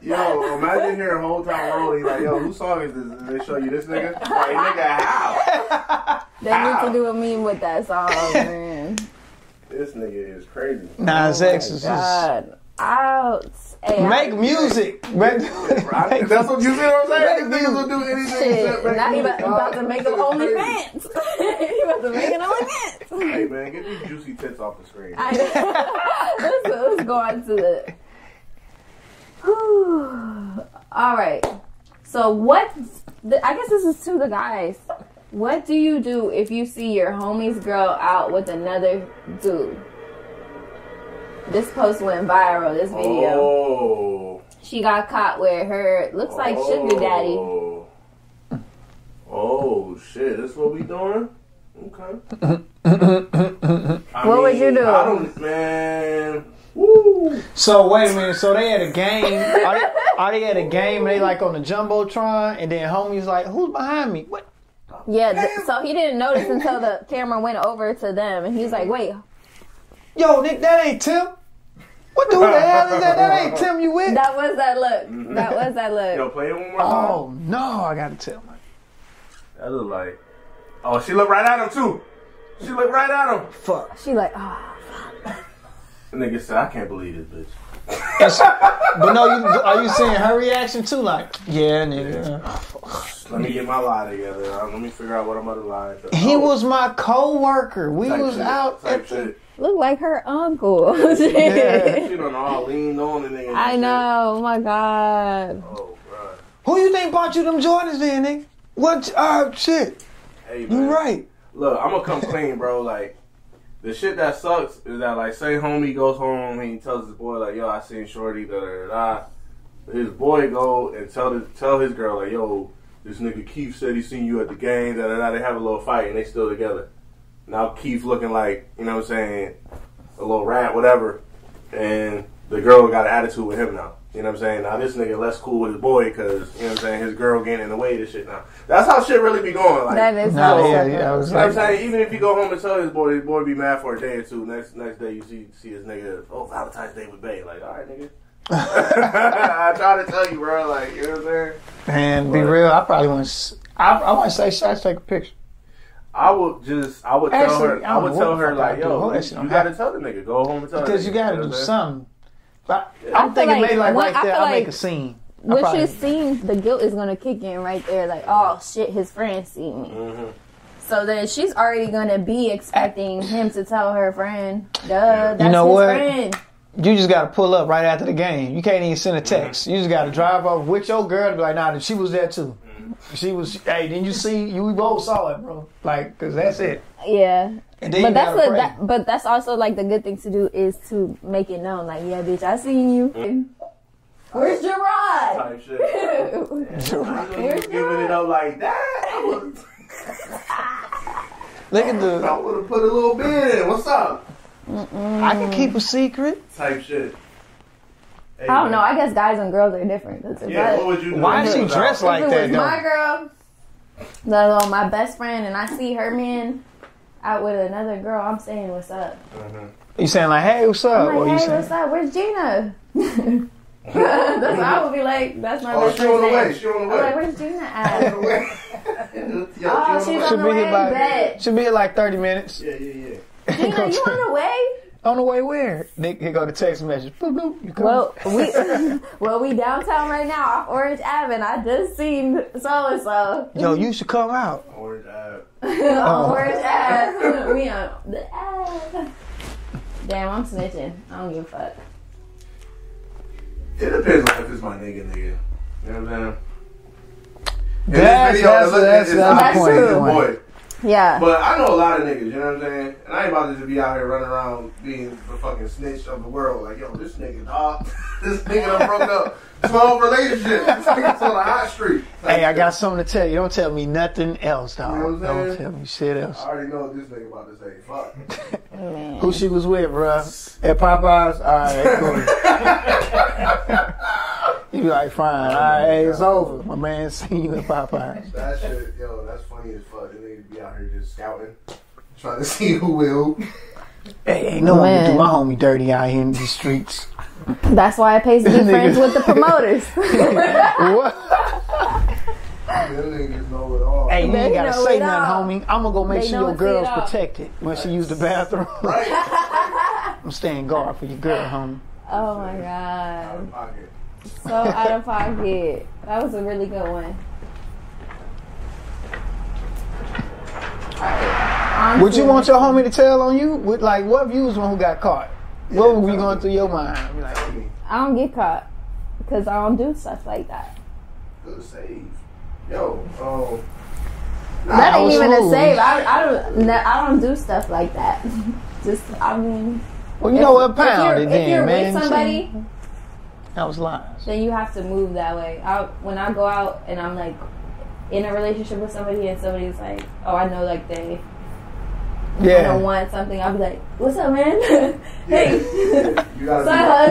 Speaker 2: Yo, imagine here a whole time rolling like, yo, whose song is this? And they show you this nigga. Like, nigga, how?
Speaker 4: They need to do a meme with that song, man.
Speaker 2: This nigga is crazy.
Speaker 5: Nas X is just
Speaker 4: God. Out. Hey, I-
Speaker 5: make music.
Speaker 2: I think that's what you see what I'm saying? These niggas will do anything
Speaker 4: Shit.
Speaker 2: except make
Speaker 4: Now he
Speaker 2: music,
Speaker 4: about, about
Speaker 2: dog.
Speaker 4: to make
Speaker 2: This
Speaker 4: them
Speaker 2: nigga's crazy.
Speaker 4: OnlyFans. he about to make an OnlyFans.
Speaker 2: Hey man, get these juicy tits off the screen.
Speaker 4: I know. let's, let's go on to the. Whew. All right. So what? The, I guess this is to the guys. What do you do if you see your homie's girl out with another dude? This post went viral. This video.
Speaker 2: Oh,
Speaker 4: She got caught where her looks like sugar daddy.
Speaker 2: Oh.
Speaker 6: Oh shit, this what we doing? Okay. I
Speaker 4: What would you do?
Speaker 6: I don't man. Woo.
Speaker 5: So wait a minute. So they had a game. Are Oh, they, are they at a game? And they like on the jumbotron, and then homie's like, "Who's behind me?" What?
Speaker 4: Yeah, th- so he didn't notice until the camera went over to them, and he's like, "Wait,
Speaker 5: Yo, Nick, that ain't Tim. What the, who the hell is that? That ain't Tim you with?
Speaker 4: that was that look. That was that
Speaker 6: Yo,
Speaker 4: look."
Speaker 6: play it one more time.
Speaker 5: Oh no, I gotta tell. my
Speaker 6: That look like. Oh, she looked right at him too. She looked right at him.
Speaker 5: Fuck.
Speaker 4: She like, "Ah,
Speaker 6: The nigga said, I can't believe this bitch.
Speaker 5: That's- but no, you, are you saying her reaction too? Like, yeah, nigga.
Speaker 6: Let me get my lie together. Uh, Let me figure out what I'm about to lie. to-
Speaker 5: He
Speaker 6: Oh,
Speaker 5: was my co-worker. We
Speaker 6: type
Speaker 5: was
Speaker 6: shit,
Speaker 5: out
Speaker 6: type
Speaker 5: at the
Speaker 6: shit.
Speaker 4: look like her uncle."
Speaker 5: Yeah.
Speaker 6: She done all leaned on the nigga. and
Speaker 4: I
Speaker 6: shit.
Speaker 4: know. Oh my god.
Speaker 6: Oh, bruh.
Speaker 5: Who you think bought you them Jordans then, nigga? What? Ah, shit.
Speaker 6: Hey, man.
Speaker 5: You right.
Speaker 6: Look, I'm gonna come clean, bro. Like, the shit that sucks is that, like, say homie goes home and he tells his boy, like, yo, I seen Shorty, da da da da. His boy go and tell the, tell his girl, like, yo, this nigga Keith said he seen you at the game, da da da. They have a little fight and they still together. Now Keith looking like, you know what I'm saying, a little rat, whatever. And the girl got an attitude with him now. You know what I'm saying? Now this nigga less cool with his boy because, you know what I'm saying, his girl getting in the way of this shit now. That's how shit really be going. Like,
Speaker 4: That is
Speaker 5: Nah,
Speaker 4: so
Speaker 5: yeah,
Speaker 4: separate.
Speaker 5: yeah. I was
Speaker 6: you know what
Speaker 5: like,
Speaker 6: I'm saying? Even if you go home and tell his boy, his boy be mad for a day or two. Next next day, you see see his nigga. Oh, Valentine's Day with Bay. Like, all right, nigga. I try to tell you, bro. Like, you know what I'm saying?
Speaker 5: And be
Speaker 6: But-
Speaker 5: real, I probably want to. I, I want to say, should I take a picture?
Speaker 6: I would just, I would tell
Speaker 5: Actually,
Speaker 6: her,
Speaker 5: I
Speaker 6: I would
Speaker 5: don't
Speaker 6: tell
Speaker 5: know
Speaker 6: her
Speaker 5: what the fuck
Speaker 6: like,
Speaker 5: I do.
Speaker 6: yo,
Speaker 5: Hold
Speaker 6: you,
Speaker 5: that shit on.
Speaker 6: gotta tell the nigga, go home and tell
Speaker 5: Because
Speaker 6: the
Speaker 5: you
Speaker 6: nigga,
Speaker 5: gotta
Speaker 6: know
Speaker 5: do
Speaker 6: what I'm saying?
Speaker 5: something. But
Speaker 6: Yeah. I
Speaker 5: I'm
Speaker 4: feel
Speaker 5: thinking
Speaker 4: like-
Speaker 5: maybe like
Speaker 4: when-
Speaker 5: right
Speaker 4: I
Speaker 5: there,
Speaker 4: feel
Speaker 5: I'll make
Speaker 4: like
Speaker 5: a scene. I
Speaker 4: Once
Speaker 5: probably-
Speaker 4: you see the guilt is gonna kick in right there, like, "Oh shit, his friend see me." So then she's already gonna be expecting him to tell her friend, "Duh, that's
Speaker 5: know
Speaker 4: his
Speaker 5: what?
Speaker 4: friend."
Speaker 5: you just gotta pull up right after the game. You can't even send a text. You just gotta drive off with your girl and be like, nah, she was there too. She was, hey, then you see, you we both saw it, bro. Like, because that's it.
Speaker 4: Yeah.
Speaker 5: And then
Speaker 4: but that's
Speaker 5: you gotta
Speaker 4: what
Speaker 5: pray.
Speaker 4: that, but that's also like the good thing to do is to make it known like yeah bitch i seen you where's gerard
Speaker 6: Type shit. You giving it up like that? I would,
Speaker 5: Look at the,
Speaker 6: I would have put a little bit in. What's up?
Speaker 5: I can keep a secret.
Speaker 6: Type shit. Hey,
Speaker 4: i
Speaker 6: man.
Speaker 4: don't know i guess guys and girls are different that's
Speaker 6: Yeah,
Speaker 4: about
Speaker 6: what
Speaker 4: it.
Speaker 6: would you do?
Speaker 5: Why is she
Speaker 6: Nah.
Speaker 5: dressed like
Speaker 4: if it was
Speaker 5: that,
Speaker 4: my
Speaker 5: though?
Speaker 4: girl let alone my best friend and i see her man out with another girl i'm saying what's up
Speaker 6: Mm-hmm.
Speaker 5: You saying like, hey, what's
Speaker 4: i'm
Speaker 6: Oh,
Speaker 5: up?
Speaker 4: like
Speaker 5: Or you
Speaker 4: hey
Speaker 5: saying,
Speaker 4: what's up where's gina that's what i would be like that's my
Speaker 6: Oh,
Speaker 4: best
Speaker 6: she on the way.
Speaker 4: friend
Speaker 6: She on the
Speaker 4: i'm like
Speaker 6: way.
Speaker 4: where's gina at
Speaker 6: Yo, she
Speaker 5: Ah,
Speaker 4: oh
Speaker 6: on the
Speaker 4: she's
Speaker 6: way.
Speaker 4: on
Speaker 5: should
Speaker 4: the
Speaker 5: be here
Speaker 4: way
Speaker 5: by,
Speaker 4: bet
Speaker 5: should be here like 30 minutes.
Speaker 6: Yeah, yeah, yeah.
Speaker 4: gina you on the way
Speaker 5: On the way where? Nick, here go the text message. Boop, boop, you come.
Speaker 4: Well, we well we downtown right now off Orange Avenue. I just seen so and so
Speaker 5: Yo, you should come out.
Speaker 6: Orange Ave.
Speaker 4: on
Speaker 5: Oh.
Speaker 4: Orange Ave. we on the Ave. Damn, I'm snitching. I don't give a fuck.
Speaker 6: It depends on if it's my nigga, nigga. You know what I'm saying? In
Speaker 5: That's-
Speaker 6: this video,
Speaker 5: that's-
Speaker 6: it look-
Speaker 5: that's-
Speaker 6: it's
Speaker 5: that's
Speaker 4: the
Speaker 6: obviously
Speaker 4: point.
Speaker 6: his boy.
Speaker 4: Yeah.
Speaker 6: But I know a lot of niggas, you know what I'm saying? And I ain't about to just be out here running around being the fucking snitch of the world. Like, yo, this nigga, dog. this nigga done broke up 12 relationships. This nigga's on the hot street. Like,
Speaker 5: Hey, I got something to tell you. Don't tell me nothing else, dog.
Speaker 6: You know what I'm
Speaker 5: Don't
Speaker 6: saying?
Speaker 5: tell me shit
Speaker 6: I
Speaker 5: else.
Speaker 6: already know what this nigga about to say. Fuck.
Speaker 5: Who she was with, bruh? At Popeyes? Alright, cool. you be like, fine. Alright, hey, it's over. My man seen you at Popeyes.
Speaker 6: That shit, yo, that's funny as fuck. This nigga be out here just scouting. Trying to see who will.
Speaker 5: Hey, ain't no one to do
Speaker 4: Man.
Speaker 5: my homie dirty out here in these streets.
Speaker 4: That's why it pays to be
Speaker 5: Nigga.
Speaker 4: friends with the promoters.
Speaker 5: what?
Speaker 6: Them niggas know it all.
Speaker 5: Hey, you
Speaker 4: They
Speaker 5: ain't gotta
Speaker 4: know
Speaker 5: say
Speaker 4: it all.
Speaker 5: nothing, homie. I'm gonna go make
Speaker 4: They
Speaker 5: sure
Speaker 4: know
Speaker 5: your
Speaker 4: it's it
Speaker 5: girl's
Speaker 4: all.
Speaker 5: protected when she use the bathroom. I'm staying guard for your girl, homie.
Speaker 4: oh my
Speaker 6: Out
Speaker 4: god.
Speaker 6: of pocket.
Speaker 4: So out of pocket. That was a really good one. Alright, on
Speaker 5: Would you
Speaker 4: to-
Speaker 5: want your homie to tell on you? Would like what if you was one who got caught? What would be going through your mind? Be like,
Speaker 6: Tell me.
Speaker 4: I don't get caught because I don't do stuff like that.
Speaker 6: Good save. Yo, um.
Speaker 4: That
Speaker 5: I
Speaker 4: ain't
Speaker 5: was
Speaker 4: even a
Speaker 5: smooth.
Speaker 4: save. I, I don't. no, I don't do stuff like that. Just I mean,
Speaker 5: Well, you know what?
Speaker 4: if you're-
Speaker 5: Pound it
Speaker 4: if
Speaker 5: then,
Speaker 4: you're
Speaker 5: man.
Speaker 4: with somebody,
Speaker 5: That was lies.
Speaker 4: then you have to move that way. I, when I go out and I'm like in a relationship with somebody and somebody's like, oh, I know like they I don't
Speaker 5: Yeah.
Speaker 4: want something, I'll be like, what's up, man? hey.
Speaker 6: You gotta be
Speaker 4: So I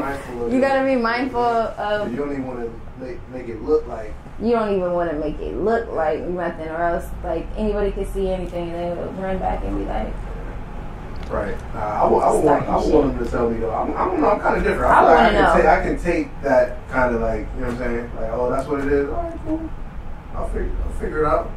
Speaker 6: mindful, mindful of
Speaker 4: you
Speaker 6: it.
Speaker 4: gotta be mindful of
Speaker 6: You don't even want to make, make it look like
Speaker 4: you don't even want to make it look like nothing or else like anybody could see anything and they would run back and be like
Speaker 6: right. Nah, I would, I would want, I would
Speaker 4: Stop
Speaker 6: want them to tell me though. I'm, I don't know. I'm kind of different.
Speaker 4: I
Speaker 6: feel like I
Speaker 4: wanna
Speaker 6: can
Speaker 4: know.
Speaker 6: Take, I can take that kind of like you know what I'm saying. Like oh that's what it is. All right, cool. I'll figure I'll figure it out.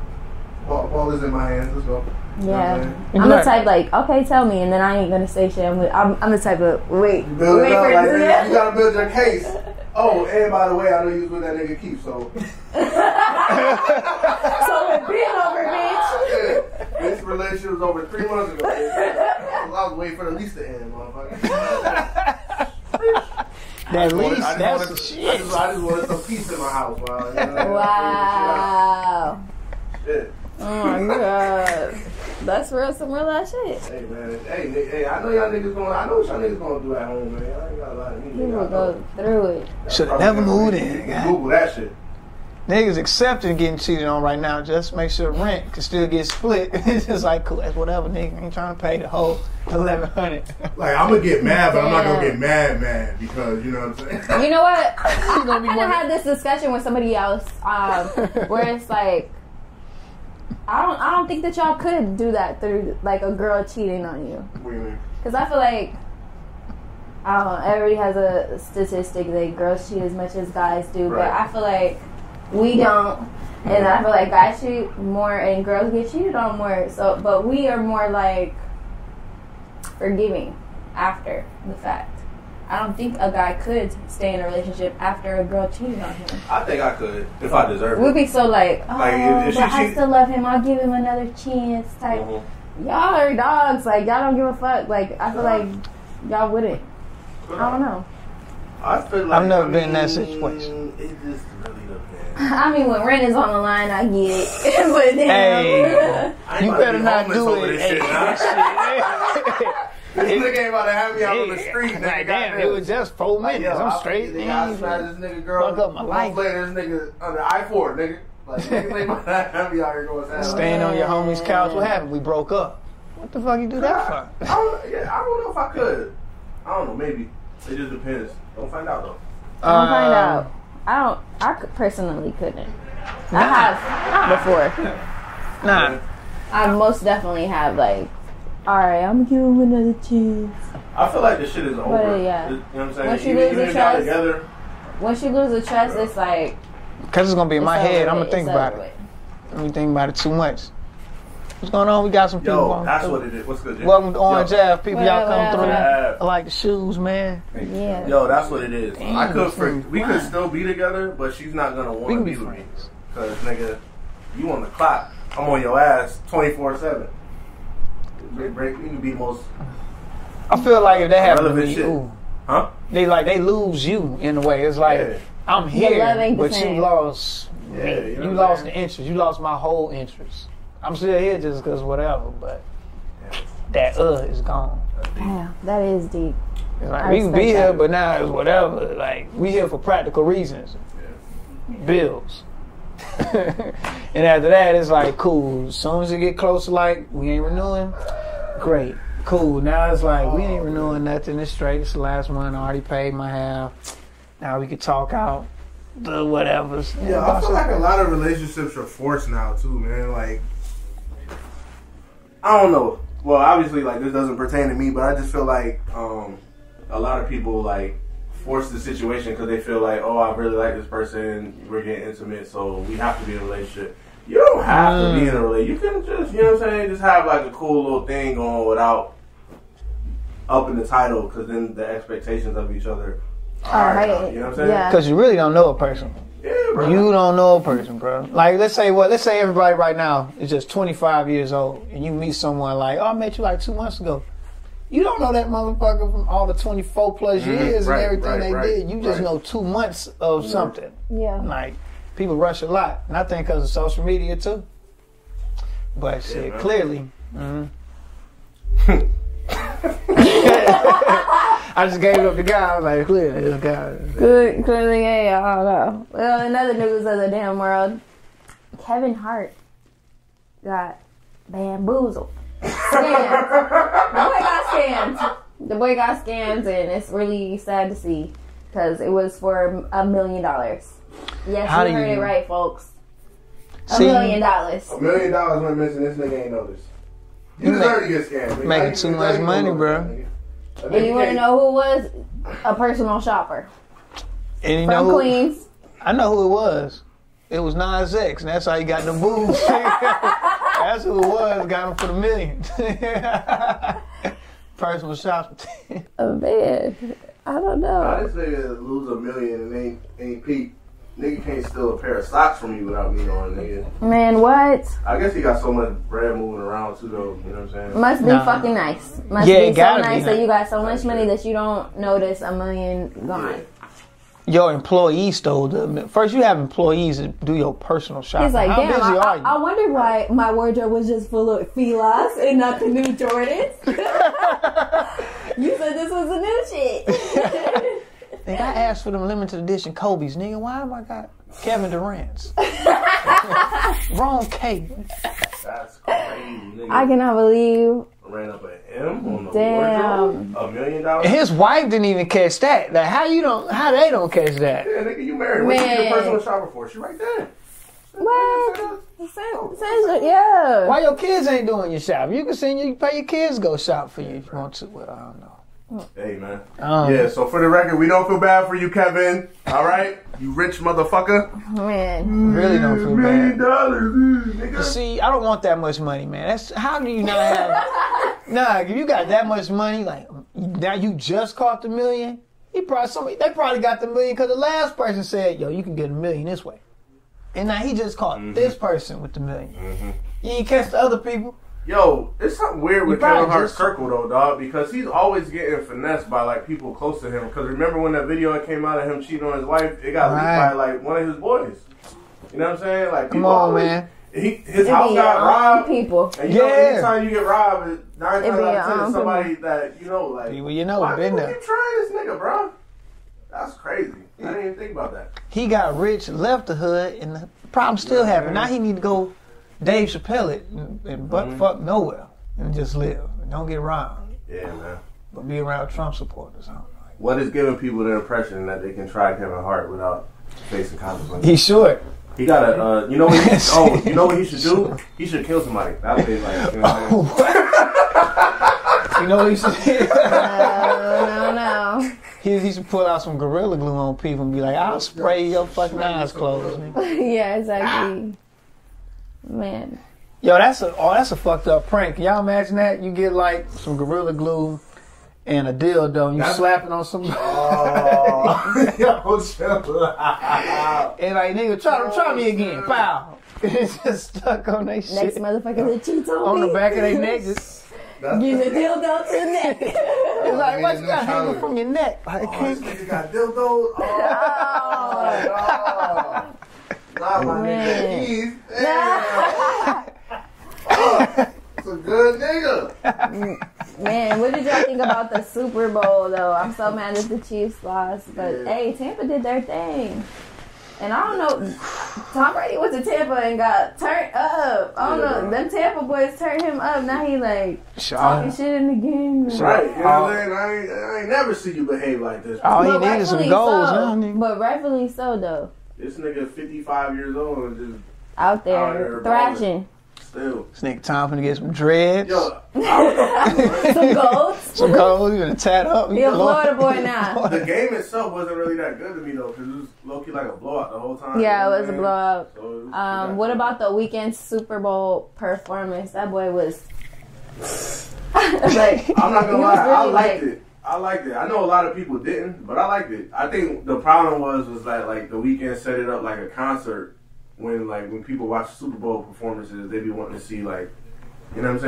Speaker 6: Ball, ball is in my hands. Let's go. You know what I'm
Speaker 4: yeah
Speaker 6: saying?
Speaker 4: I'm the
Speaker 5: Right.
Speaker 4: type like okay tell me and then I ain't gonna say shit I'm, I'm, I'm the type of wait
Speaker 6: You build
Speaker 4: wait
Speaker 6: it up
Speaker 4: for
Speaker 6: like
Speaker 4: it
Speaker 6: that. You
Speaker 4: to
Speaker 6: gotta build your case. Oh, and by the way, I know you was with that nigga Keith, so
Speaker 4: so it been over bitch
Speaker 6: this relationship was over three months ago. I was waiting for the lease to end, motherfucker.
Speaker 5: That lease,
Speaker 6: I just
Speaker 5: that's
Speaker 6: wanted-
Speaker 5: the
Speaker 6: I
Speaker 5: shit.
Speaker 6: just, I just wanted some peace in my house, wow. You know,
Speaker 4: wow
Speaker 6: Shit.
Speaker 4: oh my god that's real some real ass shit
Speaker 6: Hey, man. Hey, ni- hey, I know y'all niggas going, I know what y'all niggas going to do at home, man. I ain't got a lot of
Speaker 4: people go through it
Speaker 5: Should have never moved in. God.
Speaker 6: Google that shit.
Speaker 5: Niggas accepting getting cheated on right now. Just make sure rent can still get split. it's just like cool, that's whatever. Nigga ain't trying to pay the whole eleven hundred.
Speaker 2: Like I'm gonna get mad, but I'm not gonna
Speaker 4: Yeah.
Speaker 2: get mad, mad because you know what I'm saying.
Speaker 4: You know what? I
Speaker 5: gonna
Speaker 4: kind
Speaker 5: be
Speaker 4: of
Speaker 5: one-
Speaker 4: had this discussion with somebody else, um, where it's like, I don't, I don't think that y'all could do that through like a girl cheating on you,
Speaker 6: What do you mean?
Speaker 4: because I feel like, I don't know, everybody has a statistic that girls cheat as much as guys do, but
Speaker 6: Right.
Speaker 4: I feel like we don't, and I feel like guys cheat more and girls get cheated on more. So, but we are more like forgiving after the fact. I don't think a guy could stay in a relationship after a girl cheated on him.
Speaker 6: I think I could if I deserve
Speaker 4: We'd be so like, oh,
Speaker 6: Like, if- if she
Speaker 4: but I
Speaker 6: cheat-
Speaker 4: still love him. I'll give him another chance. Type,
Speaker 6: Mm-hmm.
Speaker 4: y'all are dogs. Like, y'all don't give a fuck. Like, I feel like y'all wouldn't. I don't know.
Speaker 6: I feel Mm,
Speaker 5: like- never been in that situation.
Speaker 6: It just really depends.
Speaker 4: I mean, when rent is on the line, I get it. but then,
Speaker 5: Hey.
Speaker 6: I ain't
Speaker 5: You
Speaker 6: about to
Speaker 5: better
Speaker 6: be
Speaker 5: not
Speaker 6: homeless
Speaker 5: do
Speaker 6: over
Speaker 5: it.
Speaker 6: This,
Speaker 5: Hey,
Speaker 6: shit, nah.
Speaker 5: that shit, hey.
Speaker 6: this nigga ain't about to have me out on the street.
Speaker 5: Like,
Speaker 6: Nigga,
Speaker 5: damn,
Speaker 6: goddamn.
Speaker 5: it was just four minutes.
Speaker 6: Yo,
Speaker 5: I'm
Speaker 6: I-
Speaker 5: straight.
Speaker 6: Nigga, I
Speaker 5: man.
Speaker 6: snatched this nigga girl.
Speaker 5: Fuck up my
Speaker 6: Month
Speaker 5: life.
Speaker 6: Later, this nigga under I four, nigga. Like, niggas ain't about to have me out here going down.
Speaker 5: Staying on your homie's couch. What happened? We broke up. What the fuck you do that
Speaker 6: I, I
Speaker 5: for?
Speaker 6: don't, yeah, I don't know if I could. I don't know. Maybe it just depends. Don't find out though.
Speaker 5: uh,
Speaker 4: I'll find out. I don't. I could- personally couldn't. I have before.
Speaker 5: Nah,
Speaker 4: I most definitely have. Like, all right, I'm giving him another chance.
Speaker 6: I feel like this shit is over.
Speaker 4: yeah.
Speaker 6: You know what I'm saying?
Speaker 4: Once you
Speaker 6: even
Speaker 4: lose
Speaker 6: even
Speaker 4: the
Speaker 6: if y'all
Speaker 4: trust-
Speaker 6: together,
Speaker 4: Once you lose the trust, it's like
Speaker 5: cause it's gonna be in
Speaker 4: it's
Speaker 5: my
Speaker 4: over
Speaker 5: head. I'm
Speaker 4: with,
Speaker 5: gonna think
Speaker 4: it's over
Speaker 5: about it.
Speaker 4: with.
Speaker 5: I'm gonna think about it too much. What's going on? We got some people.
Speaker 6: yo,
Speaker 5: on
Speaker 6: that's
Speaker 5: through.
Speaker 6: what it is. What's good? Jay?
Speaker 5: Welcome to Orange
Speaker 6: Yo,
Speaker 5: Ave. People,
Speaker 4: What
Speaker 5: y'all
Speaker 4: up,
Speaker 5: come
Speaker 4: what up,
Speaker 5: through.
Speaker 4: what
Speaker 6: up?
Speaker 5: I like the shoes, man.
Speaker 4: Yeah.
Speaker 6: Yo, that's what it is. I
Speaker 5: Damn,
Speaker 6: could, for,
Speaker 5: son.
Speaker 6: we could still be together, but she's not gonna
Speaker 5: We
Speaker 6: want to
Speaker 5: can
Speaker 6: be
Speaker 5: be
Speaker 6: with me.
Speaker 5: friends.
Speaker 6: Cause nigga, you on the clock. I'm on your ass 24 seven. Break. You can be most.
Speaker 5: I feel like if that happened to
Speaker 6: Relevant
Speaker 5: me,
Speaker 6: shit.
Speaker 5: ooh,
Speaker 6: Huh?
Speaker 5: they like they lose you in a way. It's like
Speaker 6: Yeah.
Speaker 5: I'm
Speaker 4: love
Speaker 5: here,
Speaker 4: ain't the
Speaker 5: but you
Speaker 4: same.
Speaker 5: lost
Speaker 6: Yeah,
Speaker 5: me.
Speaker 6: you know
Speaker 5: You
Speaker 6: what
Speaker 5: lost
Speaker 6: I'm
Speaker 5: the
Speaker 6: saying?
Speaker 5: interest. You lost my whole interest. I'm still here just because whatever, but that uh is gone.
Speaker 4: Damn, that is deep.
Speaker 5: It's
Speaker 4: I
Speaker 5: like, we can be
Speaker 4: respect
Speaker 5: here,
Speaker 4: that.
Speaker 5: but now it's whatever. Like we here for practical reasons, bills. and after that, it's like cool. As soon as it get close to like we ain't renewing, great, cool. Now it's like we ain't renewing nothing. It's straight. It's the last one. I already paid my half. Now we can talk out the whatever's.
Speaker 2: Yeah, I feel like a lot of relationships are forced now too, man. Like
Speaker 6: I don't know. Well, obviously, like this doesn't pertain to me, but I just feel like um, a lot of people like force the situation because they feel like, oh, I really like this person. We're getting intimate, so we have to be in a relationship. You don't have to be in a relationship. You can just, you know what I'm saying, just have like a cool little thing going without upping the title because then the expectations of each other are.
Speaker 4: right.
Speaker 6: You know what I'm saying?
Speaker 4: Yeah.
Speaker 5: because you really don't know a person.
Speaker 6: Yeah, bro.
Speaker 5: You don't know a person, bro. Like, let's say what? Let's say everybody right now is just 25 years old, and you meet someone like, "Oh, I met you like two months ago." You don't know that motherfucker from all the 24 plus years
Speaker 6: Mm-hmm. right,
Speaker 5: and everything
Speaker 6: right,
Speaker 5: they
Speaker 6: right,
Speaker 5: did. You just
Speaker 6: right.
Speaker 5: know two months of something.
Speaker 4: Yeah.
Speaker 5: Like, people rush a lot, and I think because of social media too. But shit,
Speaker 6: man.
Speaker 5: clearly. mhm. I just gave up the guy. I was like, clearly, this guy.
Speaker 4: Good, clearly, yeah, I don't know. Well, another news of the damn world. Kevin Hart got bamboozled. Scammed. the boy got scammed. The boy got scammed, and it's really sad to see because it was for a million dollars. Yes,
Speaker 5: How
Speaker 4: you
Speaker 5: do
Speaker 4: heard
Speaker 5: you-
Speaker 4: it right, folks. A
Speaker 5: See?
Speaker 4: million dollars.
Speaker 2: a million dollars went missing. This nigga ain't noticed. You
Speaker 5: You
Speaker 2: deserve to get scammed. nigga.
Speaker 5: making
Speaker 2: How you-
Speaker 5: too
Speaker 2: how
Speaker 5: much
Speaker 2: you gonna
Speaker 5: money,
Speaker 2: know
Speaker 5: bro.
Speaker 2: that, nigga? That
Speaker 4: And
Speaker 2: nigga
Speaker 4: you want to
Speaker 2: can't-
Speaker 4: know who it was? A personal shopper
Speaker 5: And you
Speaker 4: from
Speaker 5: know, who-
Speaker 4: Queens.
Speaker 5: I know who it was. It was Nas X, and that's how he got the boobs. that's who it was. Got him for the million. Personal shop.
Speaker 4: Oh man, I don't know.
Speaker 6: Now, this nigga lose a million and ain't ain't peep. Nigga can't steal a pair of socks from you without me knowing, nigga.
Speaker 4: Man, what?
Speaker 6: I guess he got so much bread moving around too, though. You know what I'm saying?
Speaker 4: Must be
Speaker 5: Nah.
Speaker 4: fucking nice. Must
Speaker 5: Yeah, it
Speaker 4: be so
Speaker 5: gotta be
Speaker 4: nice that
Speaker 5: nice.
Speaker 4: you got so much money that you don't notice a million gone.
Speaker 5: Your employee stole the. First, you have employees that do your personal shopping.
Speaker 4: He's like,
Speaker 5: how
Speaker 4: damn,
Speaker 5: busy
Speaker 4: I,
Speaker 5: are
Speaker 4: I,
Speaker 5: you?
Speaker 4: I wonder why my wardrobe was just full of filas and not the new Jordans. you said this was the new shit.
Speaker 5: Nigga, I asked for them limited edition Kobe's, nigga. Why am I got Kevin Durant's? Wrong cake.
Speaker 6: That's crazy. Nigga
Speaker 4: I cannot believe.
Speaker 6: ran up an M on the
Speaker 4: Damn.
Speaker 6: wardrobe. A million dollars.
Speaker 5: His wife didn't even catch that. Like, how you don't? How they don't catch that?
Speaker 6: Yeah, nigga, you married. What you
Speaker 4: Man.
Speaker 6: your personal shopper for? She right there.
Speaker 4: What? Sen- sen- yeah.
Speaker 5: Why your kids ain't doing your shop? You can send you pay your kids go shop for you if you want to. Well, I don't know.
Speaker 6: Hey man.
Speaker 5: Um,
Speaker 6: Yeah. So for the record, we don't feel bad for you, Kevin. All right, you rich motherfucker.
Speaker 4: Man.
Speaker 5: Really don't feel
Speaker 6: Million
Speaker 5: bad.
Speaker 6: dollars, mm, nigga.
Speaker 5: See, I don't want that much money, man. That's how do you not have? nah, if you got that much money, like now you just caught the million. He probably somebody they probably got the million because the last person said, "Yo, you can get a million this way," and now he just caught this person with the 1000000 You ain't catch the other people.
Speaker 6: Yo, it's something weird with
Speaker 5: You probably
Speaker 6: Kevin Hart's
Speaker 5: just-
Speaker 6: circle though, dog, because he's always getting finessed by like people close to him. Because remember when that video that came out of him cheating on his wife? It got
Speaker 5: Right.
Speaker 6: leaked by like one of his boys. You know what I'm saying? Like,
Speaker 5: Come
Speaker 6: people
Speaker 5: on,
Speaker 6: always-
Speaker 5: man.
Speaker 6: He his
Speaker 4: It be uh,
Speaker 6: house
Speaker 4: your
Speaker 6: got
Speaker 4: own
Speaker 6: robbed.
Speaker 4: people.
Speaker 6: And you know,
Speaker 5: Yeah.
Speaker 6: anytime you get robbed, it- nine
Speaker 4: It
Speaker 6: times
Speaker 4: be uh,
Speaker 6: out
Speaker 4: your
Speaker 6: of ten,
Speaker 4: own
Speaker 6: it's somebody that you know, like.
Speaker 5: People you know
Speaker 6: why
Speaker 5: have been
Speaker 6: people
Speaker 5: there.
Speaker 6: keep trying this nigga, bro? That's crazy. I didn't even think about that.
Speaker 5: he got rich, left the hood, and the problem still happened. Now he need to go Dave Chappelle it and, and butt fuck nowhere and just live. And don't get around,
Speaker 6: Yeah, man.
Speaker 5: but be around Trump supporters. I don't know.
Speaker 6: What is giving people the impression that they can try Kevin Hart without facing consequences?
Speaker 5: He's short.
Speaker 6: He got to uh, you know what he, oh, you know what he should do? He should kill somebody. That would be like, you know what I'm saying?
Speaker 5: You know what he should
Speaker 4: No, no, no.
Speaker 5: he, he should pull out some gorilla glue on people and be like, "I'll spray your fucking eyes closed." nigga."
Speaker 4: yeah, exactly. Man.
Speaker 5: Yo, that's a oh, that's a fucked up prank. Can y'all imagine that? You get like some gorilla glue and a dildo, and you slap it on some.
Speaker 6: Oh, yo, chill out.
Speaker 5: And like, nigga, try try me again. Pow. It's just stuck on that shit.
Speaker 4: Next motherfucker that cheats on
Speaker 5: on
Speaker 4: me.
Speaker 5: the back of their neck. It's
Speaker 4: Use a dildo to the neck.
Speaker 5: it's like, what you
Speaker 2: new
Speaker 5: got hanging
Speaker 2: challenge.
Speaker 5: from your neck? Like,
Speaker 6: This nigga got dildos. Oh,
Speaker 4: Oh,
Speaker 5: Oh,
Speaker 6: no. Nah, my nigga.
Speaker 4: Man.
Speaker 6: He's-
Speaker 2: a good nigga.
Speaker 4: Man, what did y'all think about the Super Bowl though? I'm so mad that the Chiefs lost, but
Speaker 2: Yeah.
Speaker 4: hey, Tampa did their thing. And I don't know, Tom Brady went to Tampa and got turned up. I don't know, them Tampa boys turned him up. Now he like talking
Speaker 5: Sean.
Speaker 4: shit in the game.
Speaker 6: Right, you know what
Speaker 5: Oh.
Speaker 6: I'm saying? I ain't, I ain't never see you behave like this.
Speaker 5: All he
Speaker 4: But
Speaker 5: needed is some
Speaker 4: rightfully
Speaker 5: goals.
Speaker 4: so.
Speaker 5: huh, nigga?
Speaker 4: But rightfully so though,
Speaker 6: This nigga 55 years old and
Speaker 4: out there
Speaker 6: Out there balling.
Speaker 4: thrashing
Speaker 6: just still.
Speaker 5: This nigga Tom finna get some dreads,
Speaker 6: Yo,
Speaker 4: some goals.
Speaker 5: some goals. You gonna tat up.
Speaker 4: He a Florida boy now.
Speaker 6: the game itself wasn't really that good to me though, because it was low key like a blowout the whole time.
Speaker 4: Yeah,
Speaker 6: you know
Speaker 4: it was a
Speaker 6: what I'm saying?
Speaker 4: blowout.
Speaker 6: So it was-
Speaker 4: Um, what about the weekend Super Bowl performance? That boy was like,
Speaker 6: I'm not gonna
Speaker 4: You
Speaker 6: lie,
Speaker 4: was
Speaker 6: I
Speaker 4: really
Speaker 6: liked
Speaker 4: like-
Speaker 6: it. I liked it. I know a lot of people didn't, but I liked it. I think the problem was was that like the weekend set it up like a concert when like when people watch Super Bowl performances, they be wanting to see like you know what I'm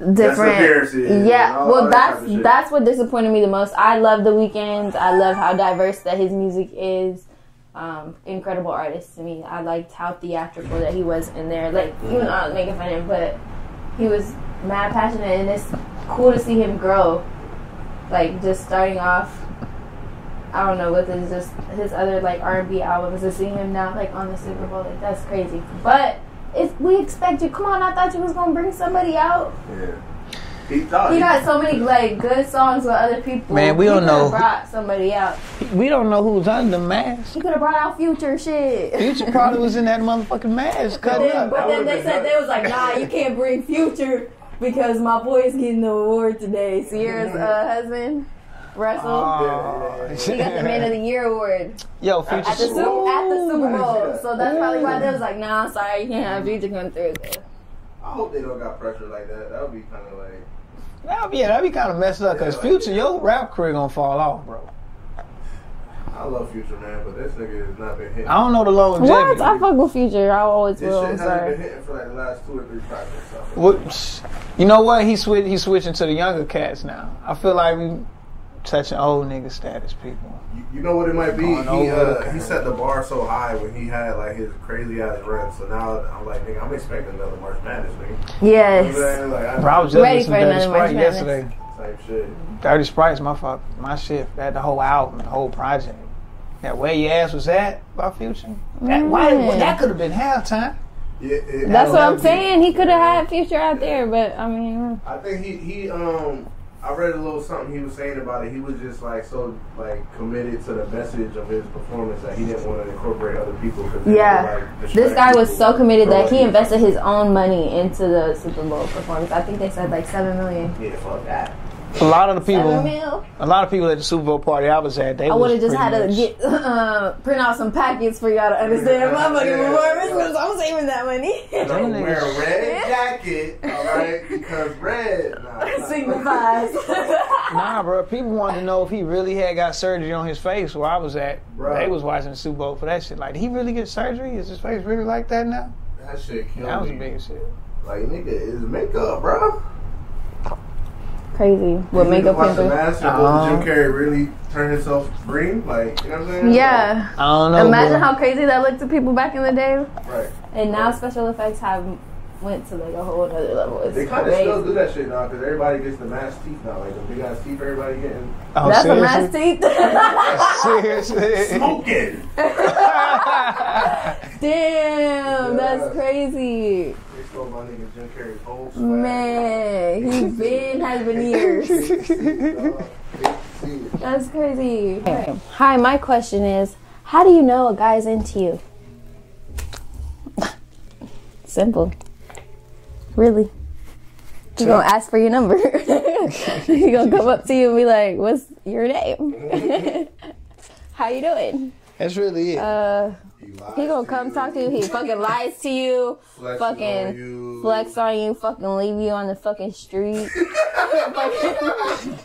Speaker 6: saying? That's appearances
Speaker 4: different.
Speaker 6: and
Speaker 4: Yeah,
Speaker 6: all that
Speaker 4: well,
Speaker 6: type
Speaker 4: that's
Speaker 6: of shit.
Speaker 4: that's what disappointed me the most. I love the weekends. I love how diverse that his music is. Um, incredible artist to me. I liked how theatrical that he was in there. Like, you know, I was making fun of him, but he was mad passionate, and it's cool to see him grow. Like, just starting off. I don't know with his just his other like R and B albums and seeing him now like on the Super Bowl like that's crazy. But it's we expect you. Come on, I thought you was gonna bring somebody out.
Speaker 6: Yeah. He thought
Speaker 4: He got so many like good songs with other people.
Speaker 5: Man, we
Speaker 4: He
Speaker 5: don't
Speaker 4: coulda
Speaker 5: know.
Speaker 4: Brought somebody out.
Speaker 5: We don't know who's under the mask.
Speaker 4: He could have brought out Future shit.
Speaker 5: Future probably was in that motherfucking mask.
Speaker 4: But
Speaker 5: Cut
Speaker 4: then,
Speaker 5: up.
Speaker 4: but then
Speaker 6: would've
Speaker 4: they
Speaker 6: been
Speaker 4: said
Speaker 6: nuts.
Speaker 4: they was like, nah, you can't bring Future because my boy's getting the award today. Sierra's uh, husband, Russell.
Speaker 5: Oh,
Speaker 4: he got the Man of the Year award
Speaker 5: Yo, future.
Speaker 4: at the, Super, at the Super Bowl.
Speaker 6: that.
Speaker 4: So that's probably why they was like, nah, I'm sorry, you can't have Future come through.
Speaker 6: I hope they don't got pressure like that. That would be kind of like
Speaker 5: That'd be, that'd be kind of messed up because
Speaker 6: Yeah.
Speaker 5: future, your rap career gonna fall off, bro.
Speaker 6: I love Future Man, but this nigga has not been hitting.
Speaker 5: I don't know the longevity.
Speaker 4: fuck with Future. I always
Speaker 6: This shit hasn't been hitting for like the last two or three projects. so.
Speaker 5: What, you know what? He switch. He's switching to the younger cats now. I feel like we touching old nigga status, people.
Speaker 6: You- You know what it might be?
Speaker 5: Going
Speaker 6: He
Speaker 5: over
Speaker 6: uh,
Speaker 5: the-
Speaker 6: he set the bar so high when he had like his crazy ass run. So now I'm like, nigga, I'm expecting another March Madness, nigga. You know what I'm
Speaker 4: Yes.
Speaker 6: saying? Like, I-
Speaker 5: Bro, I was just
Speaker 4: Ready
Speaker 5: listening
Speaker 4: for
Speaker 5: to Dirty
Speaker 4: another March
Speaker 5: Sprite
Speaker 4: Madness.
Speaker 5: yesterday.
Speaker 6: type shit.
Speaker 5: Dirty Sprite's my fuck, my shit. That the whole album, the whole project. That where your ass was at by Future. That, why,
Speaker 4: Man.
Speaker 5: that could have been halftime.
Speaker 6: Yeah, it,
Speaker 4: That's what I'm
Speaker 6: I-
Speaker 4: saying. He could have had Future out there, but I mean,
Speaker 6: I think he he um I read a little something he was saying about it. He was just like so like committed to the message of his performance that he didn't want to incorporate other people. 'cause they
Speaker 4: Yeah.
Speaker 6: would, like,
Speaker 4: this
Speaker 6: distract
Speaker 4: guy was
Speaker 6: people
Speaker 4: so committed
Speaker 6: from
Speaker 4: that
Speaker 6: what
Speaker 4: he
Speaker 6: was
Speaker 4: invested
Speaker 6: doing.
Speaker 4: his own money into the Super Bowl performance. I think they said like seven million.
Speaker 6: Yeah, fuck that.
Speaker 5: A lot of the
Speaker 4: Seven
Speaker 5: people,
Speaker 4: mil.
Speaker 5: a lot of people at the Super Bowl party I was at, they
Speaker 4: I
Speaker 5: would
Speaker 4: would have just had to get uh, print out some packets for y'all to understand my fucking
Speaker 6: Yeah.
Speaker 4: performance because I'm saving that money.
Speaker 6: Don't
Speaker 5: niggas-
Speaker 6: wear a red jacket, all right? Because red, nah, nah.
Speaker 4: Signifies.
Speaker 5: Nah, bro. People wanted to know if he really had got surgery on his face where I was at.
Speaker 6: Bruh.
Speaker 5: They was watching the Super Bowl for that shit. Like, did he really get surgery? Is his face really like that now?
Speaker 6: That shit killed
Speaker 5: That was the
Speaker 6: me.
Speaker 5: biggest shit.
Speaker 6: Like nigga, is makeup, bro.
Speaker 4: Crazy. What
Speaker 6: You
Speaker 4: makeup
Speaker 6: watch the
Speaker 4: can do.
Speaker 6: master?
Speaker 5: Uh-huh.
Speaker 6: Jim Carrey really turned himself green? Like you know what I'm saying?
Speaker 4: Yeah.
Speaker 5: I don't
Speaker 6: Oh,
Speaker 5: know.
Speaker 4: Imagine
Speaker 5: bro.
Speaker 4: how crazy that looked to people back in the day.
Speaker 6: Like, right.
Speaker 4: And now special effects have went to like a whole other level. It's
Speaker 6: They kind of
Speaker 4: crazy.
Speaker 6: still do that shit now because everybody gets the mask teeth now. Like the big ass teeth, everybody getting
Speaker 5: Oh,
Speaker 4: That's a
Speaker 5: seriously?
Speaker 4: nice teeth.
Speaker 5: Seriously.
Speaker 6: smoking. Yeah.
Speaker 4: Damn, that's crazy.
Speaker 6: they stole my nigga Jim Carrey's whole swag.
Speaker 4: Man, he been has been years.
Speaker 6: Dog, they see it.
Speaker 4: That's crazy. Hi, my question is, how do you know a guy's into you? Simple. Really. He gonna ask for your number. he gonna come up to you and be like, "What's your name? how you doing?"
Speaker 5: That's really it.
Speaker 4: Uh,
Speaker 6: He, lies
Speaker 4: he gonna come
Speaker 6: you,
Speaker 4: talk to you. He fucking lies to you.
Speaker 6: flexes
Speaker 4: fucking
Speaker 6: on you.
Speaker 4: flex on you, fucking leave you on the fucking street.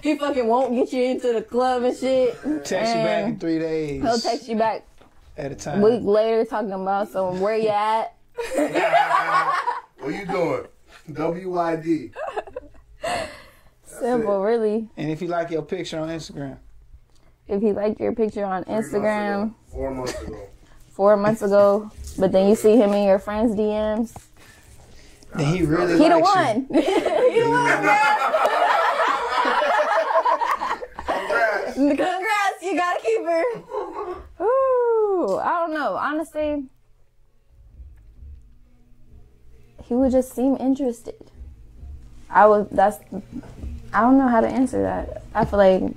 Speaker 4: he fucking won't get you into the club and shit.
Speaker 5: text you back in three days
Speaker 4: Eh. He'll text you back
Speaker 5: at a
Speaker 4: a
Speaker 5: time.
Speaker 4: week later talking about some where you at.
Speaker 6: What you doing? WYD.
Speaker 4: Simple, really.
Speaker 5: And if you like your picture on Instagram,
Speaker 4: If he liked your picture on Instagram
Speaker 6: Four months ago.
Speaker 4: four months ago, but then you see him in your friends' DMs,
Speaker 5: Then he really
Speaker 4: He the
Speaker 5: likes you.
Speaker 4: one. he the one,
Speaker 6: Congrats.
Speaker 4: man. Congrats, you got a keeper. Ooh, I don't know. Honestly, he would just seem interested. I would. That's. I don't know how to answer that. I feel like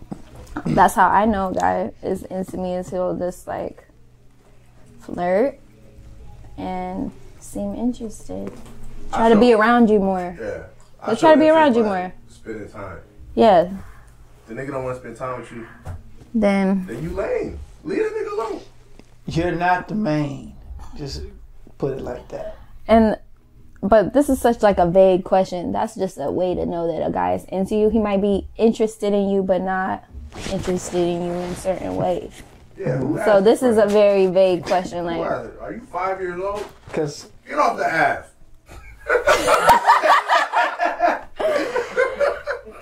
Speaker 4: that's how I know a guy is into me is he'll just like flirt and seem interested. Try to be around you more.
Speaker 6: Yeah. I
Speaker 4: They
Speaker 6: feel
Speaker 4: try to be
Speaker 6: that
Speaker 4: around
Speaker 6: shit
Speaker 4: you
Speaker 6: like
Speaker 4: more.
Speaker 6: Spending time.
Speaker 4: Yeah.
Speaker 6: The nigga don't want to spend time with you.
Speaker 4: Then
Speaker 6: Then you lame. Leave the nigga alone.
Speaker 5: You're not the main. Just put it like that.
Speaker 4: and but this is such like a vague question. That's just a way to know that a guy is into you. He might be interested in you but not interested in you in certain ways.
Speaker 6: Yeah. Who
Speaker 4: So
Speaker 6: asked
Speaker 4: this
Speaker 6: you
Speaker 4: is
Speaker 6: for
Speaker 4: a very vague question
Speaker 6: that? Who
Speaker 4: like
Speaker 6: asked it? Are you five years old?
Speaker 5: Cause
Speaker 6: Get off the ass.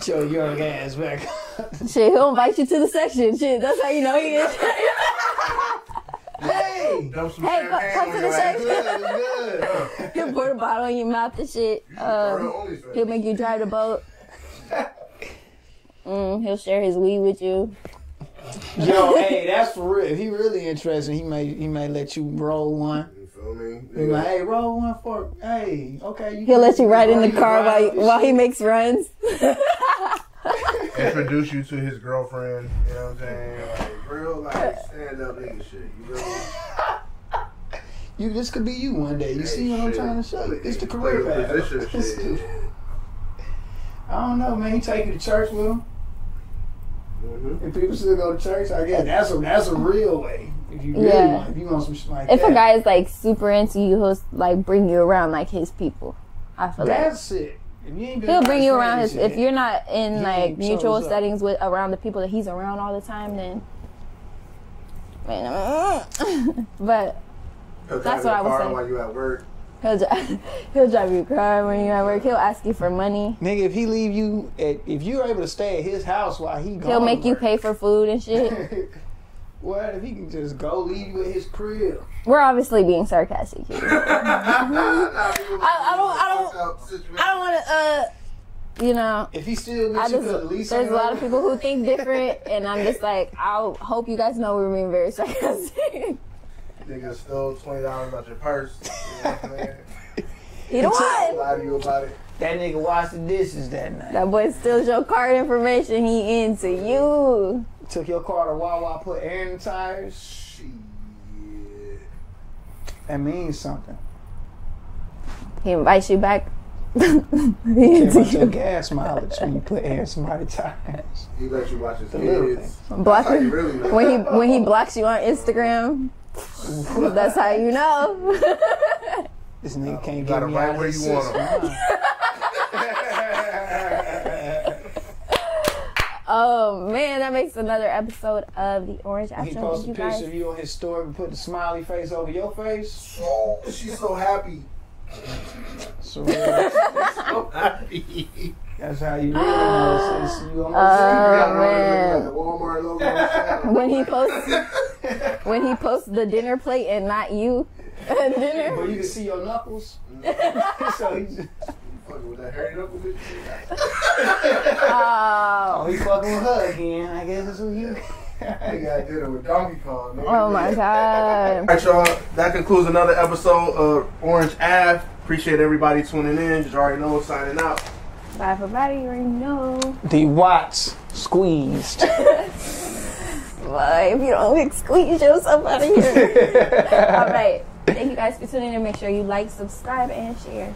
Speaker 5: yo, your ass back.
Speaker 4: shit, he'll invite you to the section. Shit, that's how you know he is.
Speaker 5: hey,
Speaker 6: Dump some
Speaker 4: Hey,
Speaker 6: champagne
Speaker 4: come- come
Speaker 6: on
Speaker 4: to
Speaker 6: your
Speaker 4: the
Speaker 6: ass.
Speaker 4: side.
Speaker 5: good, good.
Speaker 4: he'll put a bottle in your mouth and shit.
Speaker 6: Or the
Speaker 4: Um,
Speaker 6: OnlyFans.
Speaker 4: he'll make you drive the boat. Mm, he'll share his weed with you.
Speaker 5: Yo, hey, that's for real. If he really interested, he may he may let you roll one.
Speaker 6: You feel me?
Speaker 5: He like, hey, roll one for hey, okay. You
Speaker 4: He'll let you ride in the car while
Speaker 5: ride.
Speaker 4: while he makes runs.
Speaker 6: Introduce you to his girlfriend. You know what I'm saying? Like, real like stand up nigga shit. You know?
Speaker 5: You this could be you one day. You see what I'm trying to show you? It's the career path.
Speaker 6: Position
Speaker 5: It's
Speaker 6: shit.
Speaker 5: the- I don't know, man. He take you to church with him.
Speaker 6: Mm-hmm.
Speaker 5: If people still go to church, I guess that's a that's a real way. If you really
Speaker 4: Yeah.
Speaker 5: want, if you want some shit like
Speaker 4: If
Speaker 5: that,
Speaker 4: a guy is like super into you, he'll like bring you around like his people. I feel like
Speaker 5: that's it. If you ain't been
Speaker 4: he'll bring you
Speaker 5: around
Speaker 4: around his.
Speaker 5: shit,
Speaker 4: If you're not in
Speaker 5: He
Speaker 4: like
Speaker 5: ain't chose
Speaker 4: mutual
Speaker 5: up.
Speaker 4: settings with around the people that he's around all the time, then. Man, I'm- but That's what I was saying.
Speaker 6: While you at work,
Speaker 4: he'll dri- he'll drive you cry when you're at work. He'll ask you for money.
Speaker 5: nigga, if he leave you, at, if you're able to stay at his house while he gone,
Speaker 4: He'll make you
Speaker 5: bro.
Speaker 4: pay for food and shit.
Speaker 5: what if he can just go leave you at his crib?
Speaker 4: We're obviously being sarcastic here.
Speaker 5: Mm-hmm.
Speaker 4: I, I don't. I don't.
Speaker 6: Fuck up situation.
Speaker 4: I don't want to. Uh, you know.
Speaker 5: If he still
Speaker 4: I
Speaker 5: with you,
Speaker 4: just,
Speaker 5: could at least
Speaker 4: there's a lot of
Speaker 5: hang
Speaker 4: people who think different, and I'm just like, I hope you guys know we're being very sarcastic.
Speaker 6: nigga stole twenty dollars out your purse. You know what I'm saying?
Speaker 4: He the one.
Speaker 6: Lie to you about it.
Speaker 5: out. That nigga washed the dishes that night.
Speaker 4: That boy steals your card information. He into you.
Speaker 5: Took your car to Wawa, put air in the tires.
Speaker 6: Shit.
Speaker 5: That means something.
Speaker 4: He invites you back. he
Speaker 5: Care
Speaker 4: into
Speaker 5: about your
Speaker 4: you.
Speaker 5: gas mileage when you put air in somebody's tires.
Speaker 6: He let you watch his
Speaker 5: little
Speaker 6: kids. That's how you
Speaker 4: Blocking.
Speaker 6: really know.
Speaker 4: When he when he blocks you on Instagram, that's how you know.
Speaker 5: This nigga
Speaker 6: Uh, You
Speaker 5: can't
Speaker 6: got
Speaker 5: get
Speaker 6: him
Speaker 5: me
Speaker 6: right
Speaker 5: out of
Speaker 6: where
Speaker 5: his
Speaker 6: you want
Speaker 5: system.
Speaker 4: oh man, that makes another episode of the Orange
Speaker 5: He
Speaker 4: After
Speaker 5: posts
Speaker 4: with you
Speaker 5: a picture
Speaker 4: guys.
Speaker 5: of you on his story and put the smiley face over your face.
Speaker 6: Oh, she's so happy.
Speaker 5: So uh,
Speaker 6: So happy.
Speaker 5: that's how you really know it's, it's, you almost
Speaker 4: Uh,
Speaker 6: Got
Speaker 5: Oh,
Speaker 6: her
Speaker 4: man.
Speaker 6: like the Walmart logo. on the side.
Speaker 4: When he posts when he posts the dinner plate and not you dinner.
Speaker 5: But you can see your knuckles. so he just,
Speaker 6: Fucking with that hairy up bitch.
Speaker 4: Oh,
Speaker 5: oh, he fucking with her again. I guess that's who you.
Speaker 6: They got dinner with Donkey Kong. nigga.
Speaker 4: oh my god.
Speaker 6: All right, y'all. That concludes another episode of Orange Ave. Appreciate everybody tuning in. Just already know, signing out.
Speaker 4: Bye for body ring. No.
Speaker 5: The Watts squeezed.
Speaker 4: Bye. If you don't squeeze yourself out of here. All right. Thank you guys for tuning in. Make sure you like, subscribe, and share.